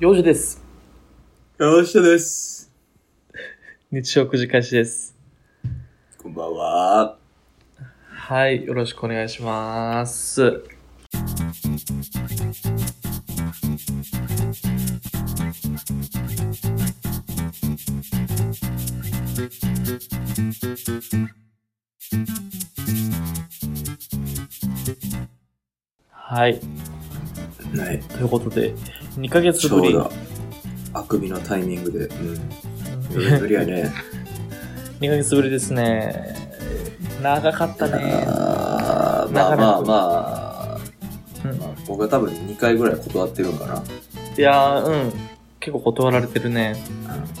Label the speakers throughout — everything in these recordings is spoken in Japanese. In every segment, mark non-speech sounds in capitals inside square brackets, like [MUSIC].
Speaker 1: 4時です。
Speaker 2: 山下です。
Speaker 1: 日曜9時開始です。
Speaker 2: こんばんは。
Speaker 1: はい、よろしくお願いします。はい、
Speaker 2: はい。
Speaker 1: ということで、2ヶ月
Speaker 2: ち
Speaker 1: ぶ
Speaker 2: ょう
Speaker 1: り。
Speaker 2: ど、あくびのタイミングで。うん。
Speaker 1: 2
Speaker 2: 無理や
Speaker 1: [LAUGHS]
Speaker 2: ね。
Speaker 1: ヶ月ぶりですね。長かったね。
Speaker 2: あーまあまあまあ、
Speaker 1: うん
Speaker 2: まあ僕は多分2回ぐらい断ってるんかな。
Speaker 1: いやー、うん。結構断られてるね。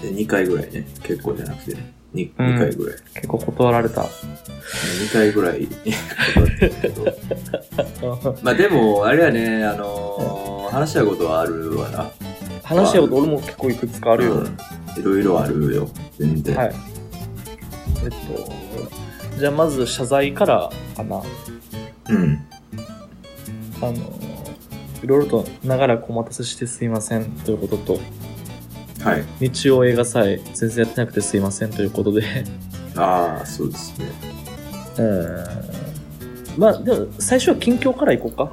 Speaker 2: うんで2回ぐらいね。結構じゃなくてね。2,
Speaker 1: うん
Speaker 2: 回ぐらい。
Speaker 1: 結構断られた。
Speaker 2: 2回ぐらい断ってるけど。
Speaker 1: [LAUGHS]
Speaker 2: まあでも、あれやね、あのー話したいことはあるわな。
Speaker 1: [LAUGHS] 話し合うと俺も結構いくつかあ
Speaker 2: あ
Speaker 1: るよ。
Speaker 2: う
Speaker 1: は
Speaker 2: んいろいろあるよ。全然。
Speaker 1: い。えっと、じゃあまず謝罪からかな。あ
Speaker 2: うん。
Speaker 1: の、いろいろと長らくお待たせしてすいませんということと、
Speaker 2: はい。
Speaker 1: 日曜映画祭全然やってなくてすいませんということで、
Speaker 2: ああ、そうですね。
Speaker 1: うん。まあ、でも最初は近況からいこうか。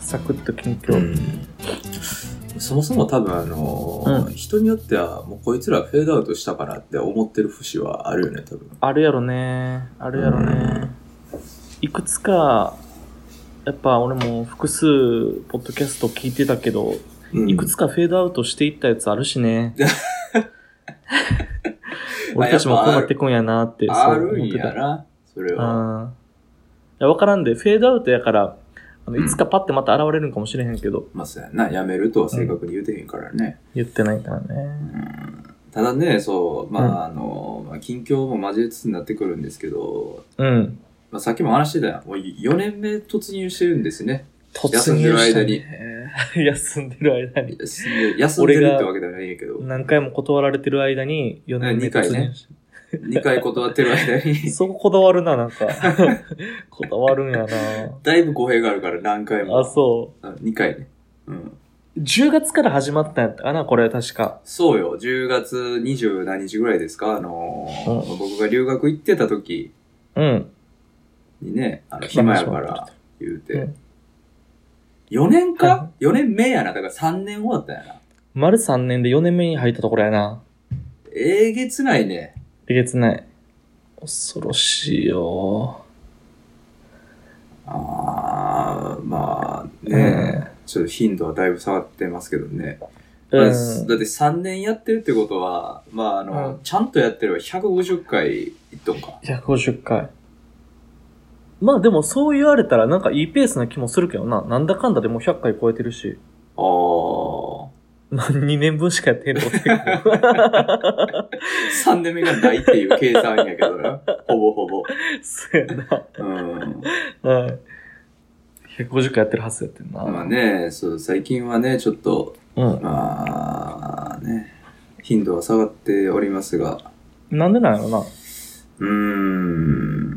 Speaker 1: サクッと近況。
Speaker 2: うん、そもそも多分あのー
Speaker 1: う
Speaker 2: 人によってはもうこいつらフェードアウトしたかなって思ってる節はあるよね多分
Speaker 1: あるやろね。あるやろね。いくつか、やっぱ俺も複数、ポッドキャスト聞いてたけど、
Speaker 2: うん
Speaker 1: いくつかフェードアウトしていったやつあるし
Speaker 2: [LAUGHS]
Speaker 1: ね。俺たちもこうなってくんやなって、
Speaker 2: あ
Speaker 1: そう
Speaker 2: る
Speaker 1: 思
Speaker 2: ん
Speaker 1: ってた。
Speaker 2: や
Speaker 1: うん。い
Speaker 2: なそれは
Speaker 1: や、わからんで、フェードアウトやから、あのいつかパッてまた現れるんかもしれへんけど、
Speaker 2: まあそうやなやめるとは正確に言うてへんからね、
Speaker 1: 言ってないからね。
Speaker 2: ただねそうまあ、
Speaker 1: うん
Speaker 2: あのーまあ、近況も交えつつになってくるんですけど、
Speaker 1: うん。
Speaker 2: まあ、さっきも話してたやんもう4年目突入してるんですね
Speaker 1: 突
Speaker 2: ん
Speaker 1: 入
Speaker 2: でる
Speaker 1: した
Speaker 2: 間
Speaker 1: ね [LAUGHS]
Speaker 2: に。
Speaker 1: 休んでる間に。
Speaker 2: 休んで休んでるってわけではないんやけど
Speaker 1: 何回も断られてる間に4年目
Speaker 2: 二回
Speaker 1: 突
Speaker 2: ね
Speaker 1: 入し
Speaker 2: 2回断ってる間に [LAUGHS]
Speaker 1: [LAUGHS] そここだわるな、なんか。こだわるんやな。
Speaker 2: だいぶ語弊があるから何回も
Speaker 1: あ、そう。
Speaker 2: 2回ね。うん。
Speaker 1: 10月から始まったんやったかな、これ確か。
Speaker 2: そうよ、10月20何日ぐらいですかあのー僕が留学行ってた時
Speaker 1: うん。
Speaker 2: にね、あの、
Speaker 1: 聞きま
Speaker 2: 暇
Speaker 1: し
Speaker 2: や
Speaker 1: ょう
Speaker 2: から言うて。
Speaker 1: うん
Speaker 2: 4年
Speaker 1: は
Speaker 2: か ?4 年目やな。だから3年終わったやな。
Speaker 1: 丸3年で4年目に入ったところやな。
Speaker 2: えげつないね。
Speaker 1: えげつない。恐ろしいよ。
Speaker 2: あー、まあ
Speaker 1: う
Speaker 2: ね、
Speaker 1: ん
Speaker 2: ちょっと頻度はだいぶ下がってますけどね。
Speaker 1: う
Speaker 2: まあ
Speaker 1: ん
Speaker 2: だって3年やってるってことは、まああの、
Speaker 1: うん
Speaker 2: ちゃんとやってれば150回いっとんか。
Speaker 1: 150回。まあでもそう言われたらなんかいいペースな気もするけどな。なんだかんだでもう100回超えてるし。 [LAUGHS]
Speaker 2: あー。
Speaker 1: まあ2年分しかやってんの [LAUGHS] って。
Speaker 2: 3年目がないっていう計算やけど
Speaker 1: [LAUGHS]
Speaker 2: な。ほぼほぼ。
Speaker 1: そうやな。
Speaker 2: うん。
Speaker 1: うん。150回やってるはずやってんな。
Speaker 2: まあね、そう、最近はね、ちょっと、
Speaker 1: うん。
Speaker 2: まあ、ね、頻度は下がっておりますが、
Speaker 1: なんでなんやろな。
Speaker 2: うーん。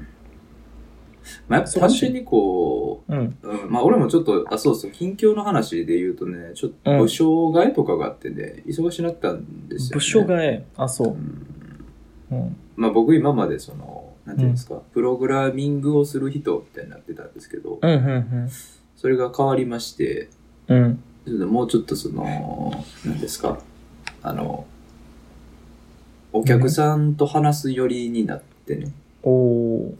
Speaker 2: まあ、やっぱ単純にこ
Speaker 1: うん。
Speaker 2: う、うん、まあ俺もちょっと、あ、そうそう、近況の話で言うとね、ちょっ
Speaker 1: うん
Speaker 2: と部署替えとかがあってね、忙しになったんですよ、ね。
Speaker 1: 部署替え。あ、そうう。
Speaker 2: ん
Speaker 1: うん。
Speaker 2: まあ僕今までその、なんていうんですか、プログラミングをする人みたいになってたんですけど、
Speaker 1: うん、うん、
Speaker 2: それが変わりまして、
Speaker 1: うん。うん。
Speaker 2: ちょっともうちょっとその、何ですか、あの、お客さんと話す寄りになってね、
Speaker 1: おー。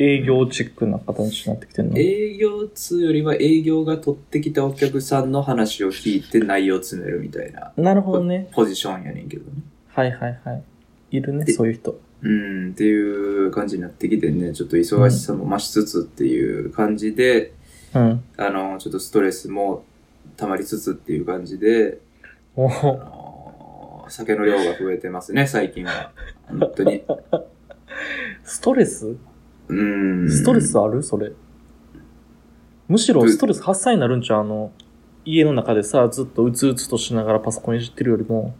Speaker 1: 営業チックな形になってきてんの。
Speaker 2: 営業通よりは営業が取ってきたお客さんの話を聞いて内容を詰めるみたいな
Speaker 1: なるほどね。
Speaker 2: ポジションやねんけどね。
Speaker 1: はいはいはい。いるね、
Speaker 2: で
Speaker 1: そういう人。
Speaker 2: うん、っていう感じになってきてね、ちょっと忙しさも増しつつっていう感じで、
Speaker 1: うん。
Speaker 2: あの、ちょっとストレスも溜まりつつっていう感じで、
Speaker 1: お
Speaker 2: あ
Speaker 1: ー
Speaker 2: のー酒の量が増えてますね、最近は。本当に。
Speaker 1: ストレス
Speaker 2: うーん。
Speaker 1: ストレスあるそれ。むしろ
Speaker 2: ぶ
Speaker 1: ストレス発散になるんちゃうあの、家の中でさ、ずっとうつうつとしながらパソコンいじってるよりも、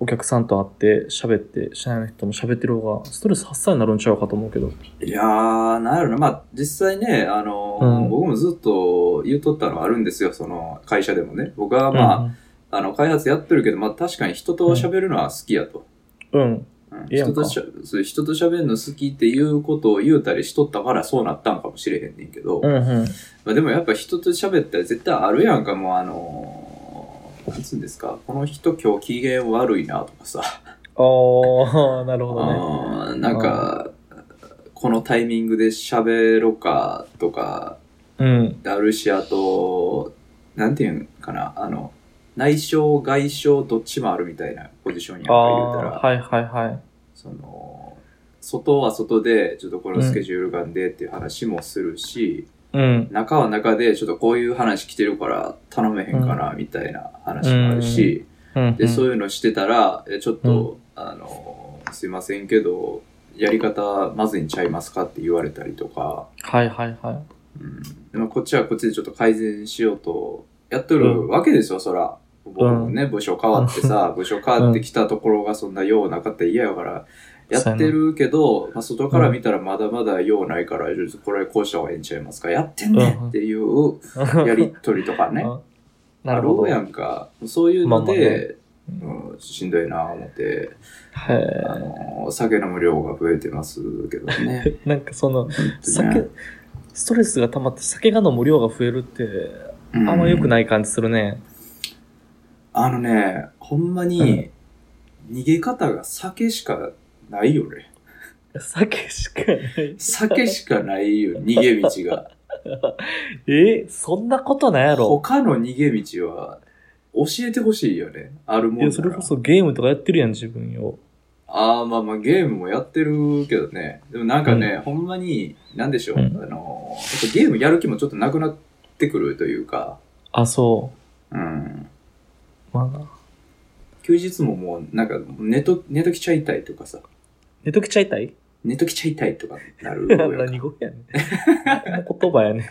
Speaker 1: お客さんと会って喋って、社内の人も喋ってる方がストレス発散になるんちゃうかと思うけど。
Speaker 2: いやー、なるな。まあ、実際ね、あの、
Speaker 1: うん
Speaker 2: 僕もずっと言うとったのはあるんですよ、その会社でもね。僕はまあ、あの、開発やってるけど、まあ確かに人と喋るのは好きやと。
Speaker 1: うん、うん。
Speaker 2: うん
Speaker 1: ええや
Speaker 2: 人
Speaker 1: んか
Speaker 2: としゃそう人と喋るの好きっていうことを言うたりしとったからそうなったんかもしれへんねんけど、
Speaker 1: うん、うん。
Speaker 2: まあ、でもやっぱ人と喋ったら絶対あるやんか、もうあのー、なんつうんですか、この人今日機嫌悪いなとかさ、
Speaker 1: あ [LAUGHS] あ、なるほどね。
Speaker 2: あーなんか、このタイミングで喋ろかとか、
Speaker 1: うん。
Speaker 2: あるし、あと、なんていうんかな、あの、内省、外省、どっちもあるみたいなポジションやん
Speaker 1: あ
Speaker 2: か言うたら、
Speaker 1: あー、はいはいはい。
Speaker 2: その、外は外で、ちょっとこのスケジュールがんでっていう話もするし、
Speaker 1: うん。
Speaker 2: 中は中で、ちょっとこういう話来てるから頼めへんかな、みたいな話もあるし、
Speaker 1: うん、
Speaker 2: で、そう
Speaker 1: い
Speaker 2: いうのしてたら、えちょっと、あの、すいませんけど、やり方まずいんちゃいますかって言われたりとか、
Speaker 1: はいはいはい。
Speaker 2: うんでもこっちはこっちでちょっと改善しようとやっとるわけですよ、そら。僕もね、部署変わってさ、部署変わってきたところがそんな用なかったら嫌やから、やってるけど、まあ、外から見たらまだまだ用ないから、これこうした方がええんちゃいますか、やってんね
Speaker 1: うん
Speaker 2: っていうやりとりとか
Speaker 1: [LAUGHS]
Speaker 2: ね、
Speaker 1: あな
Speaker 2: あ
Speaker 1: るほど。
Speaker 2: るや
Speaker 1: へ
Speaker 2: んか。そういうので、
Speaker 1: まあま
Speaker 2: うんしんどいなぁ思って、あ
Speaker 1: え。
Speaker 2: の、酒飲む量が増えてますけどね。
Speaker 1: なんかその、
Speaker 2: 本
Speaker 1: [LAUGHS]
Speaker 2: 当
Speaker 1: 酒
Speaker 2: ね、
Speaker 1: ストレスが溜まって酒が飲む量が増えるって、あんま良く
Speaker 2: い
Speaker 1: ない感じするね。
Speaker 2: あのね、ほんまに、逃げ方が酒しかないよね。
Speaker 1: 酒しかない。
Speaker 2: 酒しかない
Speaker 1: [LAUGHS]
Speaker 2: よ、逃げ道が。
Speaker 1: えそんなことないやろ。
Speaker 2: 他の逃げ道は、教えてほしいよね。ある
Speaker 1: い
Speaker 2: もん
Speaker 1: や、
Speaker 2: な
Speaker 1: そ
Speaker 2: ら
Speaker 1: れこそゲームとかやってるやん、自分よ。
Speaker 2: ああ、まあまあ、ゲームもやってるけどね。でもなんかね、ほんまに、なんでしょう。
Speaker 1: うん
Speaker 2: あの、やっぱゲームやる気もちょっとなくなってくるというか、
Speaker 1: あ、そ
Speaker 2: うん。
Speaker 1: う。まあ、
Speaker 2: 休日ももう、なんか、寝と、寝ときちゃいたいとかさ、
Speaker 1: 寝ときちゃいたい
Speaker 2: 寝ときちゃいたいとかなるよ。
Speaker 1: [LAUGHS] 何語やねん。何の言葉やね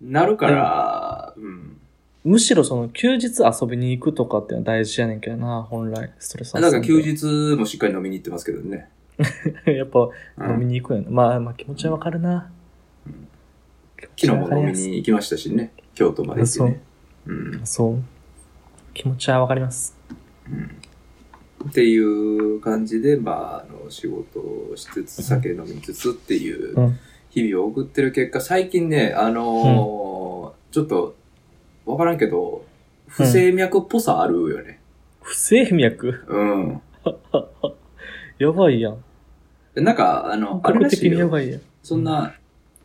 Speaker 1: ん。
Speaker 2: なるから、うん。
Speaker 1: むしろその休日遊びに行くとかってのは大事やねんけどな、本来。ストレス
Speaker 2: だから休日もしっかり飲みに行ってますけどね。
Speaker 1: 日。 [LAUGHS] やっぱ
Speaker 2: う
Speaker 1: 飲み
Speaker 2: ん、
Speaker 1: に行くんやな。まあまあ気持ちはわかるな。
Speaker 2: うん昨日も飲みに行きましたしね、京都まで行ってね。うん
Speaker 1: そう。気持ちはわかります。
Speaker 2: うんっていう感じで、まあ、あの仕事をしつつ、酒飲みつつっていう
Speaker 1: うん
Speaker 2: 日々を送ってる結果、最近ね、あのーちょっと、わからんけど、不整脈っぽさあるよね。
Speaker 1: 不整脈 [LAUGHS]
Speaker 2: うん。
Speaker 1: やばいやん。
Speaker 2: でなんか、あの、あ
Speaker 1: 感
Speaker 2: れ
Speaker 1: 覚
Speaker 2: らし
Speaker 1: 的
Speaker 2: い
Speaker 1: にや
Speaker 2: よ。
Speaker 1: ばいやん。
Speaker 2: そんな、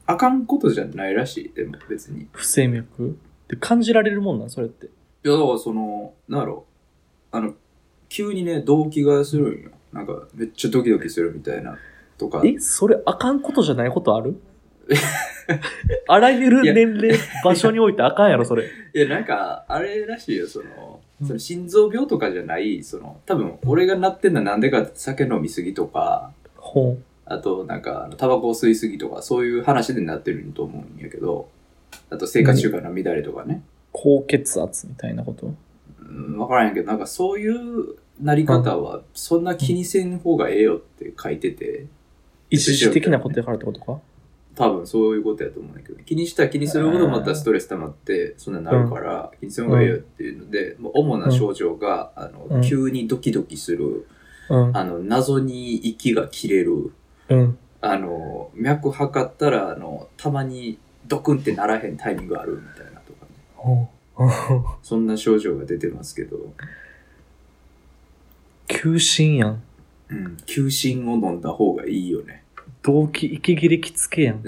Speaker 2: あかんことじゃないらしい、でも別に。
Speaker 1: 不整脈って感じられるもんなん、それって。
Speaker 2: いや、だからその、なんやろ、あの、急にね、動悸がするんよ。なんか、めっちゃドキドキするみたいな、とか。
Speaker 1: え、それあかんことじゃないことあ
Speaker 2: [LAUGHS]
Speaker 1: るあらゆる年齢、場所においてあかんやろ、それ。
Speaker 2: いや、なんか、あれらしいよ、その
Speaker 1: う、ん
Speaker 2: その心臓病とかじゃない、その、多分、俺がなってんのはなんでかって酒飲みすぎとか、
Speaker 1: ほん。
Speaker 2: あと、なんか、あのタバコを吸いすぎとか、そういう話でなってると思うんやけど、あと、生活習慣の乱れとかね。
Speaker 1: 高血圧みたいなこと。
Speaker 2: うん、わからんやけど、なんか、そういうなり方は、そんな気にせん方がええよって書いてて、
Speaker 1: 一時的なことやからってことか
Speaker 2: 多分そういうことやと思うんだけど、気にしたら気にするほどまたストレス溜まって、そんなになるから、気にするのがいいよっていうので、もう主な症状が、あ
Speaker 1: う
Speaker 2: の、
Speaker 1: ん
Speaker 2: 急にドキドキする、
Speaker 1: うん。
Speaker 2: あの、謎に息が切れる、
Speaker 1: うん。
Speaker 2: あの、脈測ったら、あの、たまにドクンってならへんタイミングがあるみたいなとかね。
Speaker 1: ほん。ほん
Speaker 2: そんな症状が出てますけど、
Speaker 1: 急進やん。
Speaker 2: うん、休心を飲んだ方がいいよね。
Speaker 1: 動機、息切れきつけやん。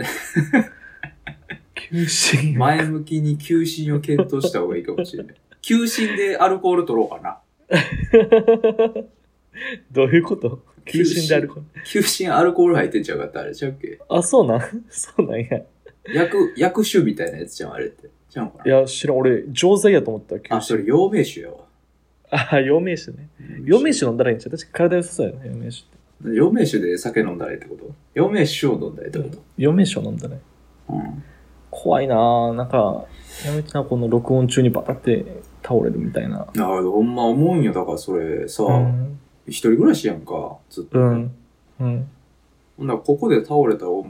Speaker 1: 急進やん。
Speaker 2: 前向きに休心を検討した方がいいかもしれない。休心でアルコール取ろうかな。
Speaker 1: [LAUGHS] どういうこと
Speaker 2: 急
Speaker 1: 急
Speaker 2: 進
Speaker 1: 進であるか
Speaker 2: 休心アルコール入ってんちゃうかったあれちゃうっけ
Speaker 1: あ、そうなん [LAUGHS] そうなんや。
Speaker 2: 薬、薬酒みたいなやつじゃん、あれって。じゃんか
Speaker 1: い
Speaker 2: な。
Speaker 1: や、知らん。俺、錠剤やと思った、急
Speaker 2: あ、そ
Speaker 1: 進。
Speaker 2: れ、陽明酒やわ。
Speaker 1: あ、陽明酒ね。陽明酒飲んだらいいんちゃう確か体良さそうやな、陽明酒って。
Speaker 2: 陽明酒で酒飲んだらいいってこと陽明酒を飲んだらいいってこと
Speaker 1: 陽明酒を飲んだね。
Speaker 2: うん。
Speaker 1: 怖いなぁ。なんか、やめてな、この録音中にバーって倒れるみたいな。
Speaker 2: なるほど、ほんま思うんよ。だからそれさ、
Speaker 1: うん。
Speaker 2: 一人暮らしやんか、ずっと。
Speaker 1: うん。うん。
Speaker 2: ほんならここで倒れたらもう、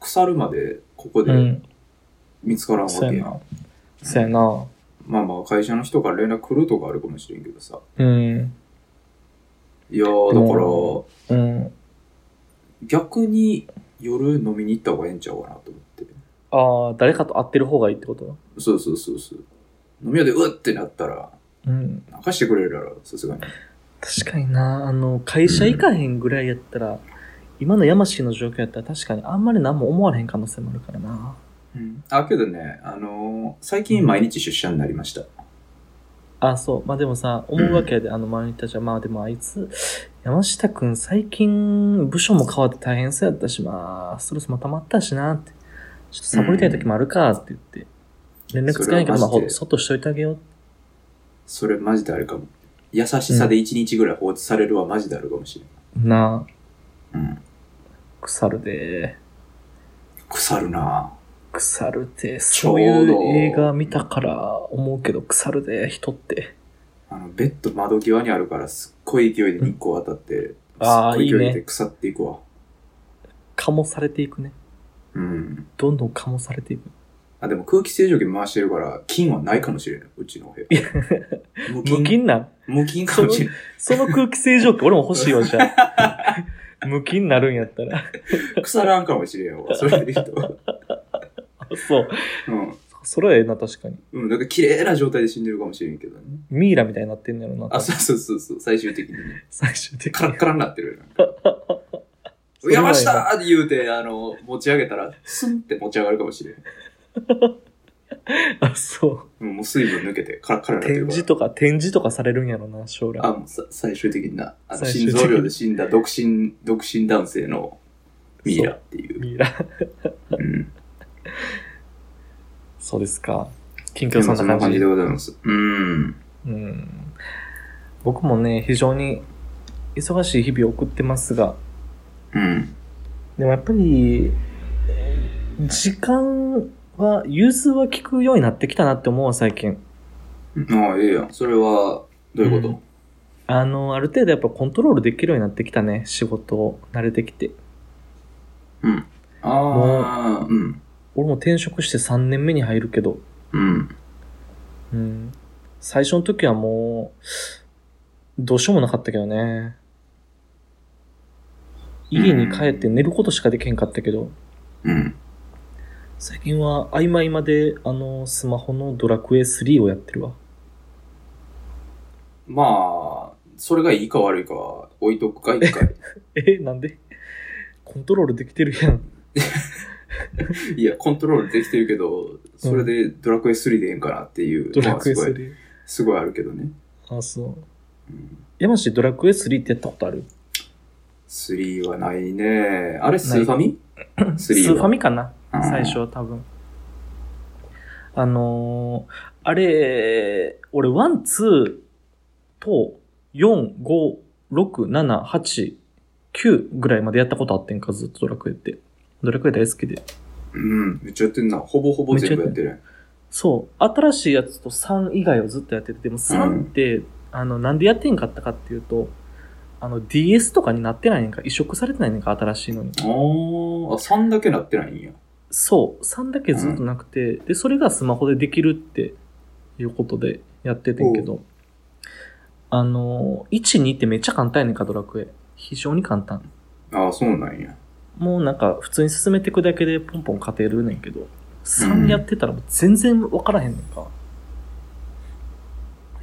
Speaker 2: 腐るまでここ
Speaker 1: う
Speaker 2: で
Speaker 1: ん。
Speaker 2: 見つからんわ
Speaker 1: そう
Speaker 2: け
Speaker 1: や
Speaker 2: やん。
Speaker 1: な。そうやな。
Speaker 2: まあまあ、会社の人から連絡来るとかあるかもしれんけどさ。
Speaker 1: うん。
Speaker 2: い
Speaker 1: で
Speaker 2: やー、
Speaker 1: も
Speaker 2: だ
Speaker 1: うん。
Speaker 2: から、逆に夜飲みに行った方がええんちゃうかなと思って。
Speaker 1: ああ、誰かと会ってる方がいいってこと
Speaker 2: そうそうそうそう。飲み屋でうっってなったら、
Speaker 1: うん。
Speaker 2: 泣かしてくれるやろ、さすがに。
Speaker 1: 確かにな。あの、会社行かへんぐらいやったら、今の山氏の状況やったら確かにあんまり何も思われへん可能性もあるからな。
Speaker 2: うん。あ、けどね、あのー最近毎日出社になりました。
Speaker 1: あ、そう。まあ、でもさ、思うわ [CLEARS THROAT] けやで、あの、周りにいたちは、まあでもあいつ、山下くん最近、部署も変わって大変そうやったし、まあ、ストレスも溜まったしな、って。ちょっとサボりたい時もあるか、って言って。連絡つかないけど、
Speaker 2: それ
Speaker 1: ま
Speaker 2: は
Speaker 1: あ、
Speaker 2: マジで
Speaker 1: ほそっとしといてあげよ [LAUGHS] う。
Speaker 2: それマジであるかも。優しさで一日ぐらい放置されるはマジであるかもしれ
Speaker 1: なあ、
Speaker 2: ない。うん。
Speaker 1: 腐るで。
Speaker 2: 腐るな
Speaker 1: 腐るで。
Speaker 2: ちょ
Speaker 1: そうう
Speaker 2: ど
Speaker 1: いう映画見たから思うけど、腐るで、人って。
Speaker 2: あの、ベッド窓際にあるから、すっごい勢いで日光当たって、すっ
Speaker 1: あー
Speaker 2: ごい勢
Speaker 1: い
Speaker 2: い
Speaker 1: い
Speaker 2: で
Speaker 1: ね
Speaker 2: 腐っていくわ。
Speaker 1: かもされていくね。
Speaker 2: うん。
Speaker 1: どんどんかもされていく。
Speaker 2: あ、でも空気清浄機回してるから、菌はないかもしれない。うちの部屋。無
Speaker 1: 無
Speaker 2: 菌
Speaker 1: 菌なん
Speaker 2: 無菌かもしれない。
Speaker 1: その空気清浄機俺も欲しいわ、じゃ
Speaker 2: [LAUGHS]
Speaker 1: あ。無菌になるんやったら。
Speaker 2: 腐らんかもしれ
Speaker 1: [LAUGHS]
Speaker 2: んわ。それで言うと。
Speaker 1: そう。
Speaker 2: うん。
Speaker 1: それはええな、確かに。
Speaker 2: うん。だから綺麗な状態で死んでるかもしれんけどね。
Speaker 1: ミイラみたいになってんのやろな。
Speaker 2: あ、そうそうそうそう。最終的にね。
Speaker 1: 最終的
Speaker 2: カラ
Speaker 1: に
Speaker 2: ッ。カラになってるよなんか
Speaker 1: [LAUGHS] それは
Speaker 2: 山
Speaker 1: ええな
Speaker 2: 下って言うて、あの、持ち上げたら、スンって持ち上がるかもしれん。
Speaker 1: あ、そう。
Speaker 2: うんもう水分抜けて、カラッカラになって
Speaker 1: 展
Speaker 2: るから。
Speaker 1: 示とか、展示とかされるんやろな、将来。
Speaker 2: あ、もうさ最終的にな、あの
Speaker 1: 最
Speaker 2: 心
Speaker 1: 終的に
Speaker 2: 臓病で死んだ独身、独身男性のミイラっていう。
Speaker 1: ミイラ。
Speaker 2: うん。
Speaker 1: そうですか。近況
Speaker 2: 今日
Speaker 1: そ
Speaker 2: は
Speaker 1: ん
Speaker 2: そ
Speaker 1: なん感
Speaker 2: な感
Speaker 1: じ
Speaker 2: じで。ございます。うん。
Speaker 1: うん。僕もね、非常に忙しい日々を送ってますが、
Speaker 2: うん。
Speaker 1: でもやっぱり、時間は、融通は効くようになってきたなって思うわ、最近。
Speaker 2: ああ、いいやん。それは、どういうこと、
Speaker 1: あの、ある程度やっぱコントロールできるようになってきたね、仕事を慣れてきて。
Speaker 2: ああ、うん。
Speaker 1: 俺も転職して3年目に入るけど、
Speaker 2: うん。
Speaker 1: うん。最初の時はもう、どうしようもなかったけどね。家に帰って寝ることしかできへんかったけど、
Speaker 2: うん。
Speaker 1: 最近は合間合間で、あの、スマホのドラクエ3をやってるわ。
Speaker 2: まあ、それがいいか悪いかは置いとくか、一
Speaker 1: [LAUGHS]
Speaker 2: 回。
Speaker 1: え、なんでコントロールできてるやん。 [LAUGHS]
Speaker 2: いや、コントロールできてるけど、それでドラクエ3でええんかなっていう
Speaker 1: ド
Speaker 2: の
Speaker 1: ラ
Speaker 2: は
Speaker 1: クエ
Speaker 2: すごい、
Speaker 1: 3。
Speaker 2: すごいあるけどね。
Speaker 1: あ、そう。
Speaker 2: うん
Speaker 1: 山氏ドラクエ3ってやったことある
Speaker 2: 3はないね。あれ、スーフ
Speaker 1: [COUGHS]
Speaker 2: ァミ ?3 は。
Speaker 1: スーファミかな
Speaker 2: うん
Speaker 1: 最初は多分。あのー、あれ、俺、ワン、ツーと、4、5、6、7、8、9ぐらいまでやったことあってんか、ずっとドラクエって。ドラクエ大好きで。
Speaker 2: うん、めっちゃやってんな。ほぼほぼ全部やってる。
Speaker 1: そう、新しいやつと3以外をずっとやってて、でも3って、あの、なんでやってんかったかっていうと、あの、DS とかになってないねんか、移植されてないねんか、新しいのに。
Speaker 2: あーあ、3だけなってないんや。
Speaker 1: そう、3だけずっとなくて、で、それがスマホでできるっていうことでやっててんけど、あの、1、2ってめっちゃ簡単やねんか、ドラクエ。非常に簡単。
Speaker 2: ああ、そうなんや。
Speaker 1: もうなんか、普通に進めていくだけでポンポン勝てるねんけど、3やってたらもう全然わからへんねんか。
Speaker 2: うん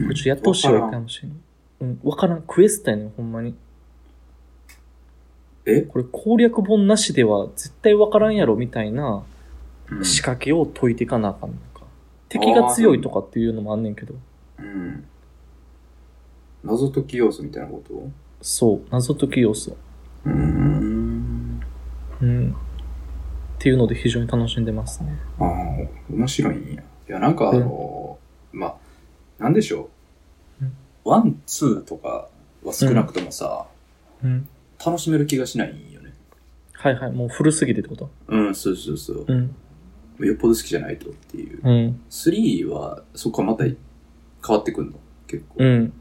Speaker 1: これちょっとやってほしいわ、
Speaker 2: わ
Speaker 1: 一
Speaker 2: から
Speaker 1: 回
Speaker 2: ん
Speaker 1: もしれん。うん、わからん。クエストやねん、ほんまに。
Speaker 2: え
Speaker 1: これ攻略本なしでは絶対わからんやろ、みたいな
Speaker 2: うん
Speaker 1: 仕掛けを解いていかなあかんのか。敵が強いとかっていうのもあんねんけど。
Speaker 2: うん。謎解き要素みたいなこと
Speaker 1: そう、謎解き要素。
Speaker 2: うーん。
Speaker 1: うん。っていうので非常に楽しんでますね。
Speaker 2: ああ、面白いんや。いや、なんかあの、まあ、なんでしょう
Speaker 1: うん。
Speaker 2: ワン、ツーとかは少なくともさ、
Speaker 1: うん。
Speaker 2: 楽しめる気がしないんよね。
Speaker 1: はいはい、もう古すぎてってこと
Speaker 2: うん、そうそうそう
Speaker 1: う。ん。
Speaker 2: よっぽど好きじゃないとっていう。
Speaker 1: うん。
Speaker 2: 3は、そこはまた変わってくんの結構。
Speaker 1: うん。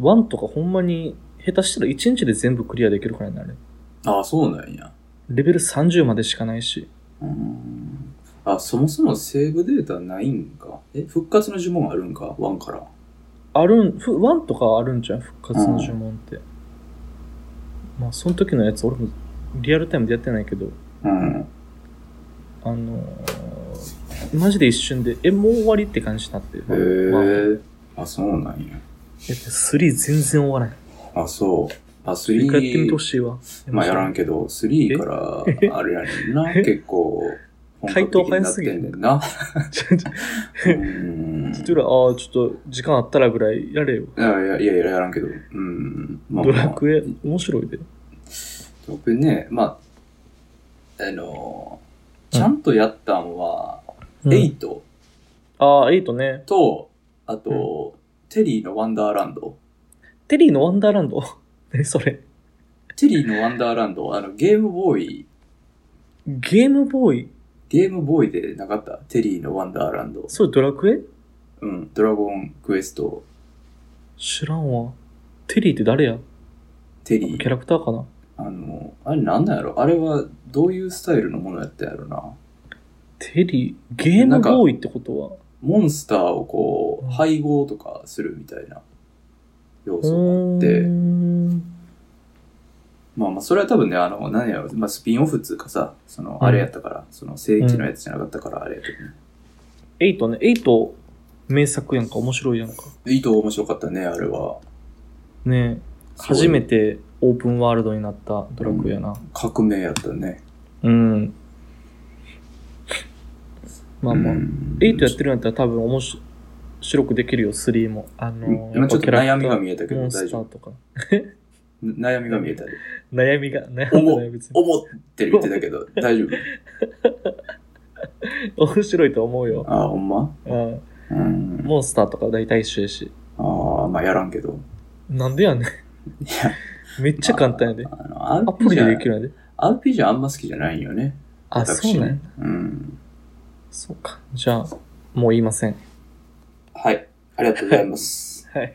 Speaker 1: ワンとかほんまに、下手したら1日で全部クリアできるからいになる。
Speaker 2: ああ、そうなんや。
Speaker 1: レベル30までしかないし。
Speaker 2: うーん。あ、そもそもセーブデータないんか。え、復活の呪文あるんかワンから。
Speaker 1: あるん、ふワンとかあるんじゃん復活の呪文って。まあ、その時のやつ、俺もリアルタイムでやってないけど、
Speaker 2: うん。
Speaker 1: あのーマジで一瞬で、え、もう終わりって感じになって。
Speaker 2: へ
Speaker 1: まあえ
Speaker 2: え。あ、そうなんや。
Speaker 1: 3全然終わらない。
Speaker 2: あ、そう。あ、
Speaker 1: 一回やってみてほ
Speaker 2: 3、
Speaker 1: しいわ。
Speaker 2: まあやらん
Speaker 1: ん。
Speaker 2: けど、3から、あれやねんな、
Speaker 1: え
Speaker 2: 結構、
Speaker 1: 回答早すぎ
Speaker 2: 本
Speaker 1: る
Speaker 2: 格的になっ
Speaker 1: [LAUGHS] ちょっと
Speaker 2: てんねんな。うーん
Speaker 1: [LAUGHS] ちょっと、ああ、ちょっと、時間あったらぐらいやれよ。
Speaker 2: いやいや、いやいや、やらんけど。うん。まあ、
Speaker 1: ドラ
Speaker 2: まあ、
Speaker 1: クエ、面白いで。
Speaker 2: 僕ね、まあ、あのー、ちゃんとやったんは、
Speaker 1: うん
Speaker 2: 8
Speaker 1: ああ、エイトね。
Speaker 2: と、あと、テリーのワンダーランド。
Speaker 1: テリーのワンダーランド。 [LAUGHS] 何それ。
Speaker 2: テリーのワンダーランド、あの、ゲームボーイ、
Speaker 1: ゲームボーイ
Speaker 2: ゲームボーイでなかったテリーのワンダーランド。
Speaker 1: それドラクエ
Speaker 2: うん、ドラゴンクエスト、
Speaker 1: 知らんわ。テリーって誰や
Speaker 2: テ
Speaker 1: キ
Speaker 2: リ
Speaker 1: ャ
Speaker 2: ー。
Speaker 1: ラクターかな
Speaker 2: あの、あれなんなんやろあれはどういうスタイルのものやったんやろな。
Speaker 1: テリー、ゲームボーイってことは。
Speaker 2: モンスターをこ
Speaker 1: う
Speaker 2: う、
Speaker 1: ん
Speaker 2: 配合とかするみたいな要
Speaker 1: う
Speaker 2: 素があって
Speaker 1: ー。ん
Speaker 2: まあまあ、それは多分ね、あの、何やろ、まあ、スピンオフっつうかさ、その、あれやったから、その、正規のやつじゃなかったから、あれやけどね。
Speaker 1: エイトね、エイト、名作やんか、面白いやんか。
Speaker 2: いいと面白かったね、あれは。
Speaker 1: ねえ初めてオープンワールドになったドラクエやな。
Speaker 2: 革命やったね。
Speaker 1: うん。まあまあ、
Speaker 2: うん
Speaker 1: エイトやってるんやったら多分面白くできるよ、3も。あのー、
Speaker 2: 今ちょっと悩み
Speaker 1: や
Speaker 2: が
Speaker 1: っぱ
Speaker 2: 見えた
Speaker 1: キ
Speaker 2: け
Speaker 1: ャラ
Speaker 2: ど、
Speaker 1: クターモンス
Speaker 2: 大
Speaker 1: タ
Speaker 2: 丈
Speaker 1: ー
Speaker 2: 夫。
Speaker 1: とか。
Speaker 2: 悩みが見えたで。
Speaker 1: 悩みが、悩み
Speaker 2: 思
Speaker 1: が
Speaker 2: う
Speaker 1: ない別に。
Speaker 2: 思ってる言ってたけど、大
Speaker 1: [LAUGHS]
Speaker 2: 丈夫。
Speaker 1: 面白いと思うよ。
Speaker 2: ああ、ほんま
Speaker 1: うん
Speaker 2: うん。
Speaker 1: モンスターとか大体一緒やし。
Speaker 2: ああ、まあ、やらんけど。
Speaker 1: なんでやね
Speaker 2: いや、
Speaker 1: ん。めっちゃ簡単やで。
Speaker 2: あの、
Speaker 1: アプリ
Speaker 2: RPG
Speaker 1: でで
Speaker 2: は
Speaker 1: きるんやで。
Speaker 2: RPG あんま好きじゃないんよね。
Speaker 1: あ、そう
Speaker 2: ね
Speaker 1: ね。
Speaker 2: うん。
Speaker 1: そうか。じゃあ、もう言いません。
Speaker 2: はい。ありがとうございます。
Speaker 1: はい。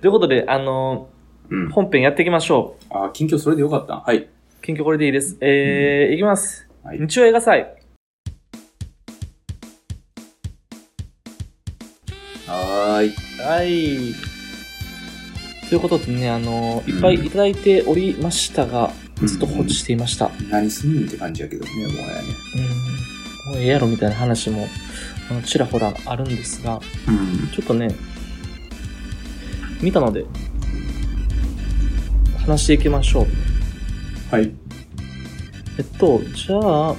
Speaker 1: ということで、あの
Speaker 2: うん
Speaker 1: ー。本編やっていきましょう。
Speaker 2: ああ、近況それでよかった。はい。
Speaker 1: 近況これでいいです。えー、いきます。
Speaker 2: はい
Speaker 1: 日曜映画祭。
Speaker 2: はーい。
Speaker 1: はい。ということでね、あのーいっぱいいただいておりましたが、ずっと放置していました。
Speaker 2: 何すんねんって感じやけどね、もうやね。
Speaker 1: うん。もうええやろみたいな話も、あのちらほらあるんですが、
Speaker 2: うん。
Speaker 1: ちょっとね、見たので、話していきましょう。
Speaker 2: はい。
Speaker 1: えっと、じゃあ、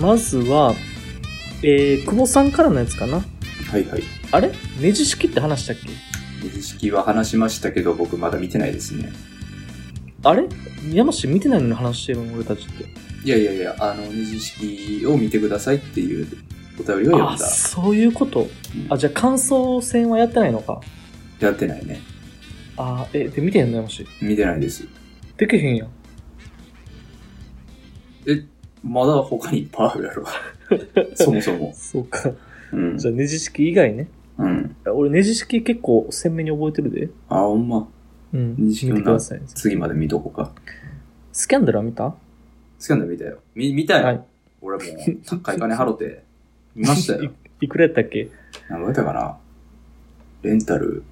Speaker 1: まずは、えー、久保さんからのやつかな。
Speaker 2: はいはい。
Speaker 1: あれネジ式って話したっけ
Speaker 2: 認識は話しましたけど、僕まだ見てないですね。
Speaker 1: あれ山氏見てないのに話してるの俺たちって。
Speaker 2: いやいやいや、あの、二次式を見てくださいっていうお便りは読
Speaker 1: あ、
Speaker 2: んだ。
Speaker 1: そういうこと。
Speaker 2: うん
Speaker 1: あ、じゃあ感想戦はやってないのか。
Speaker 2: やってないね。
Speaker 1: あー、え、で、見てへんの山氏。
Speaker 2: 見てないです。
Speaker 1: できへんやん。
Speaker 2: え、まだ他にいっぱいある
Speaker 1: [LAUGHS]
Speaker 2: やろ。そもそも。
Speaker 1: そうか。
Speaker 2: うん。
Speaker 1: じゃあネジ式以外ね。
Speaker 2: うん。
Speaker 1: 俺ネジ式結構鮮明に覚えてるで。
Speaker 2: あ、ほんま。
Speaker 1: うん。
Speaker 2: ネ
Speaker 1: 見
Speaker 2: ジ式
Speaker 1: て
Speaker 2: もな
Speaker 1: ください。
Speaker 2: 次まで見とこうか。
Speaker 1: スキャンダルは見た
Speaker 2: スキャンダル見たよ。み見たよ。
Speaker 1: はい
Speaker 2: 俺もう、高い金払って。 [LAUGHS] 見ましたよ。
Speaker 1: いくらやったっけ
Speaker 2: 何ぼやったかなレンタル、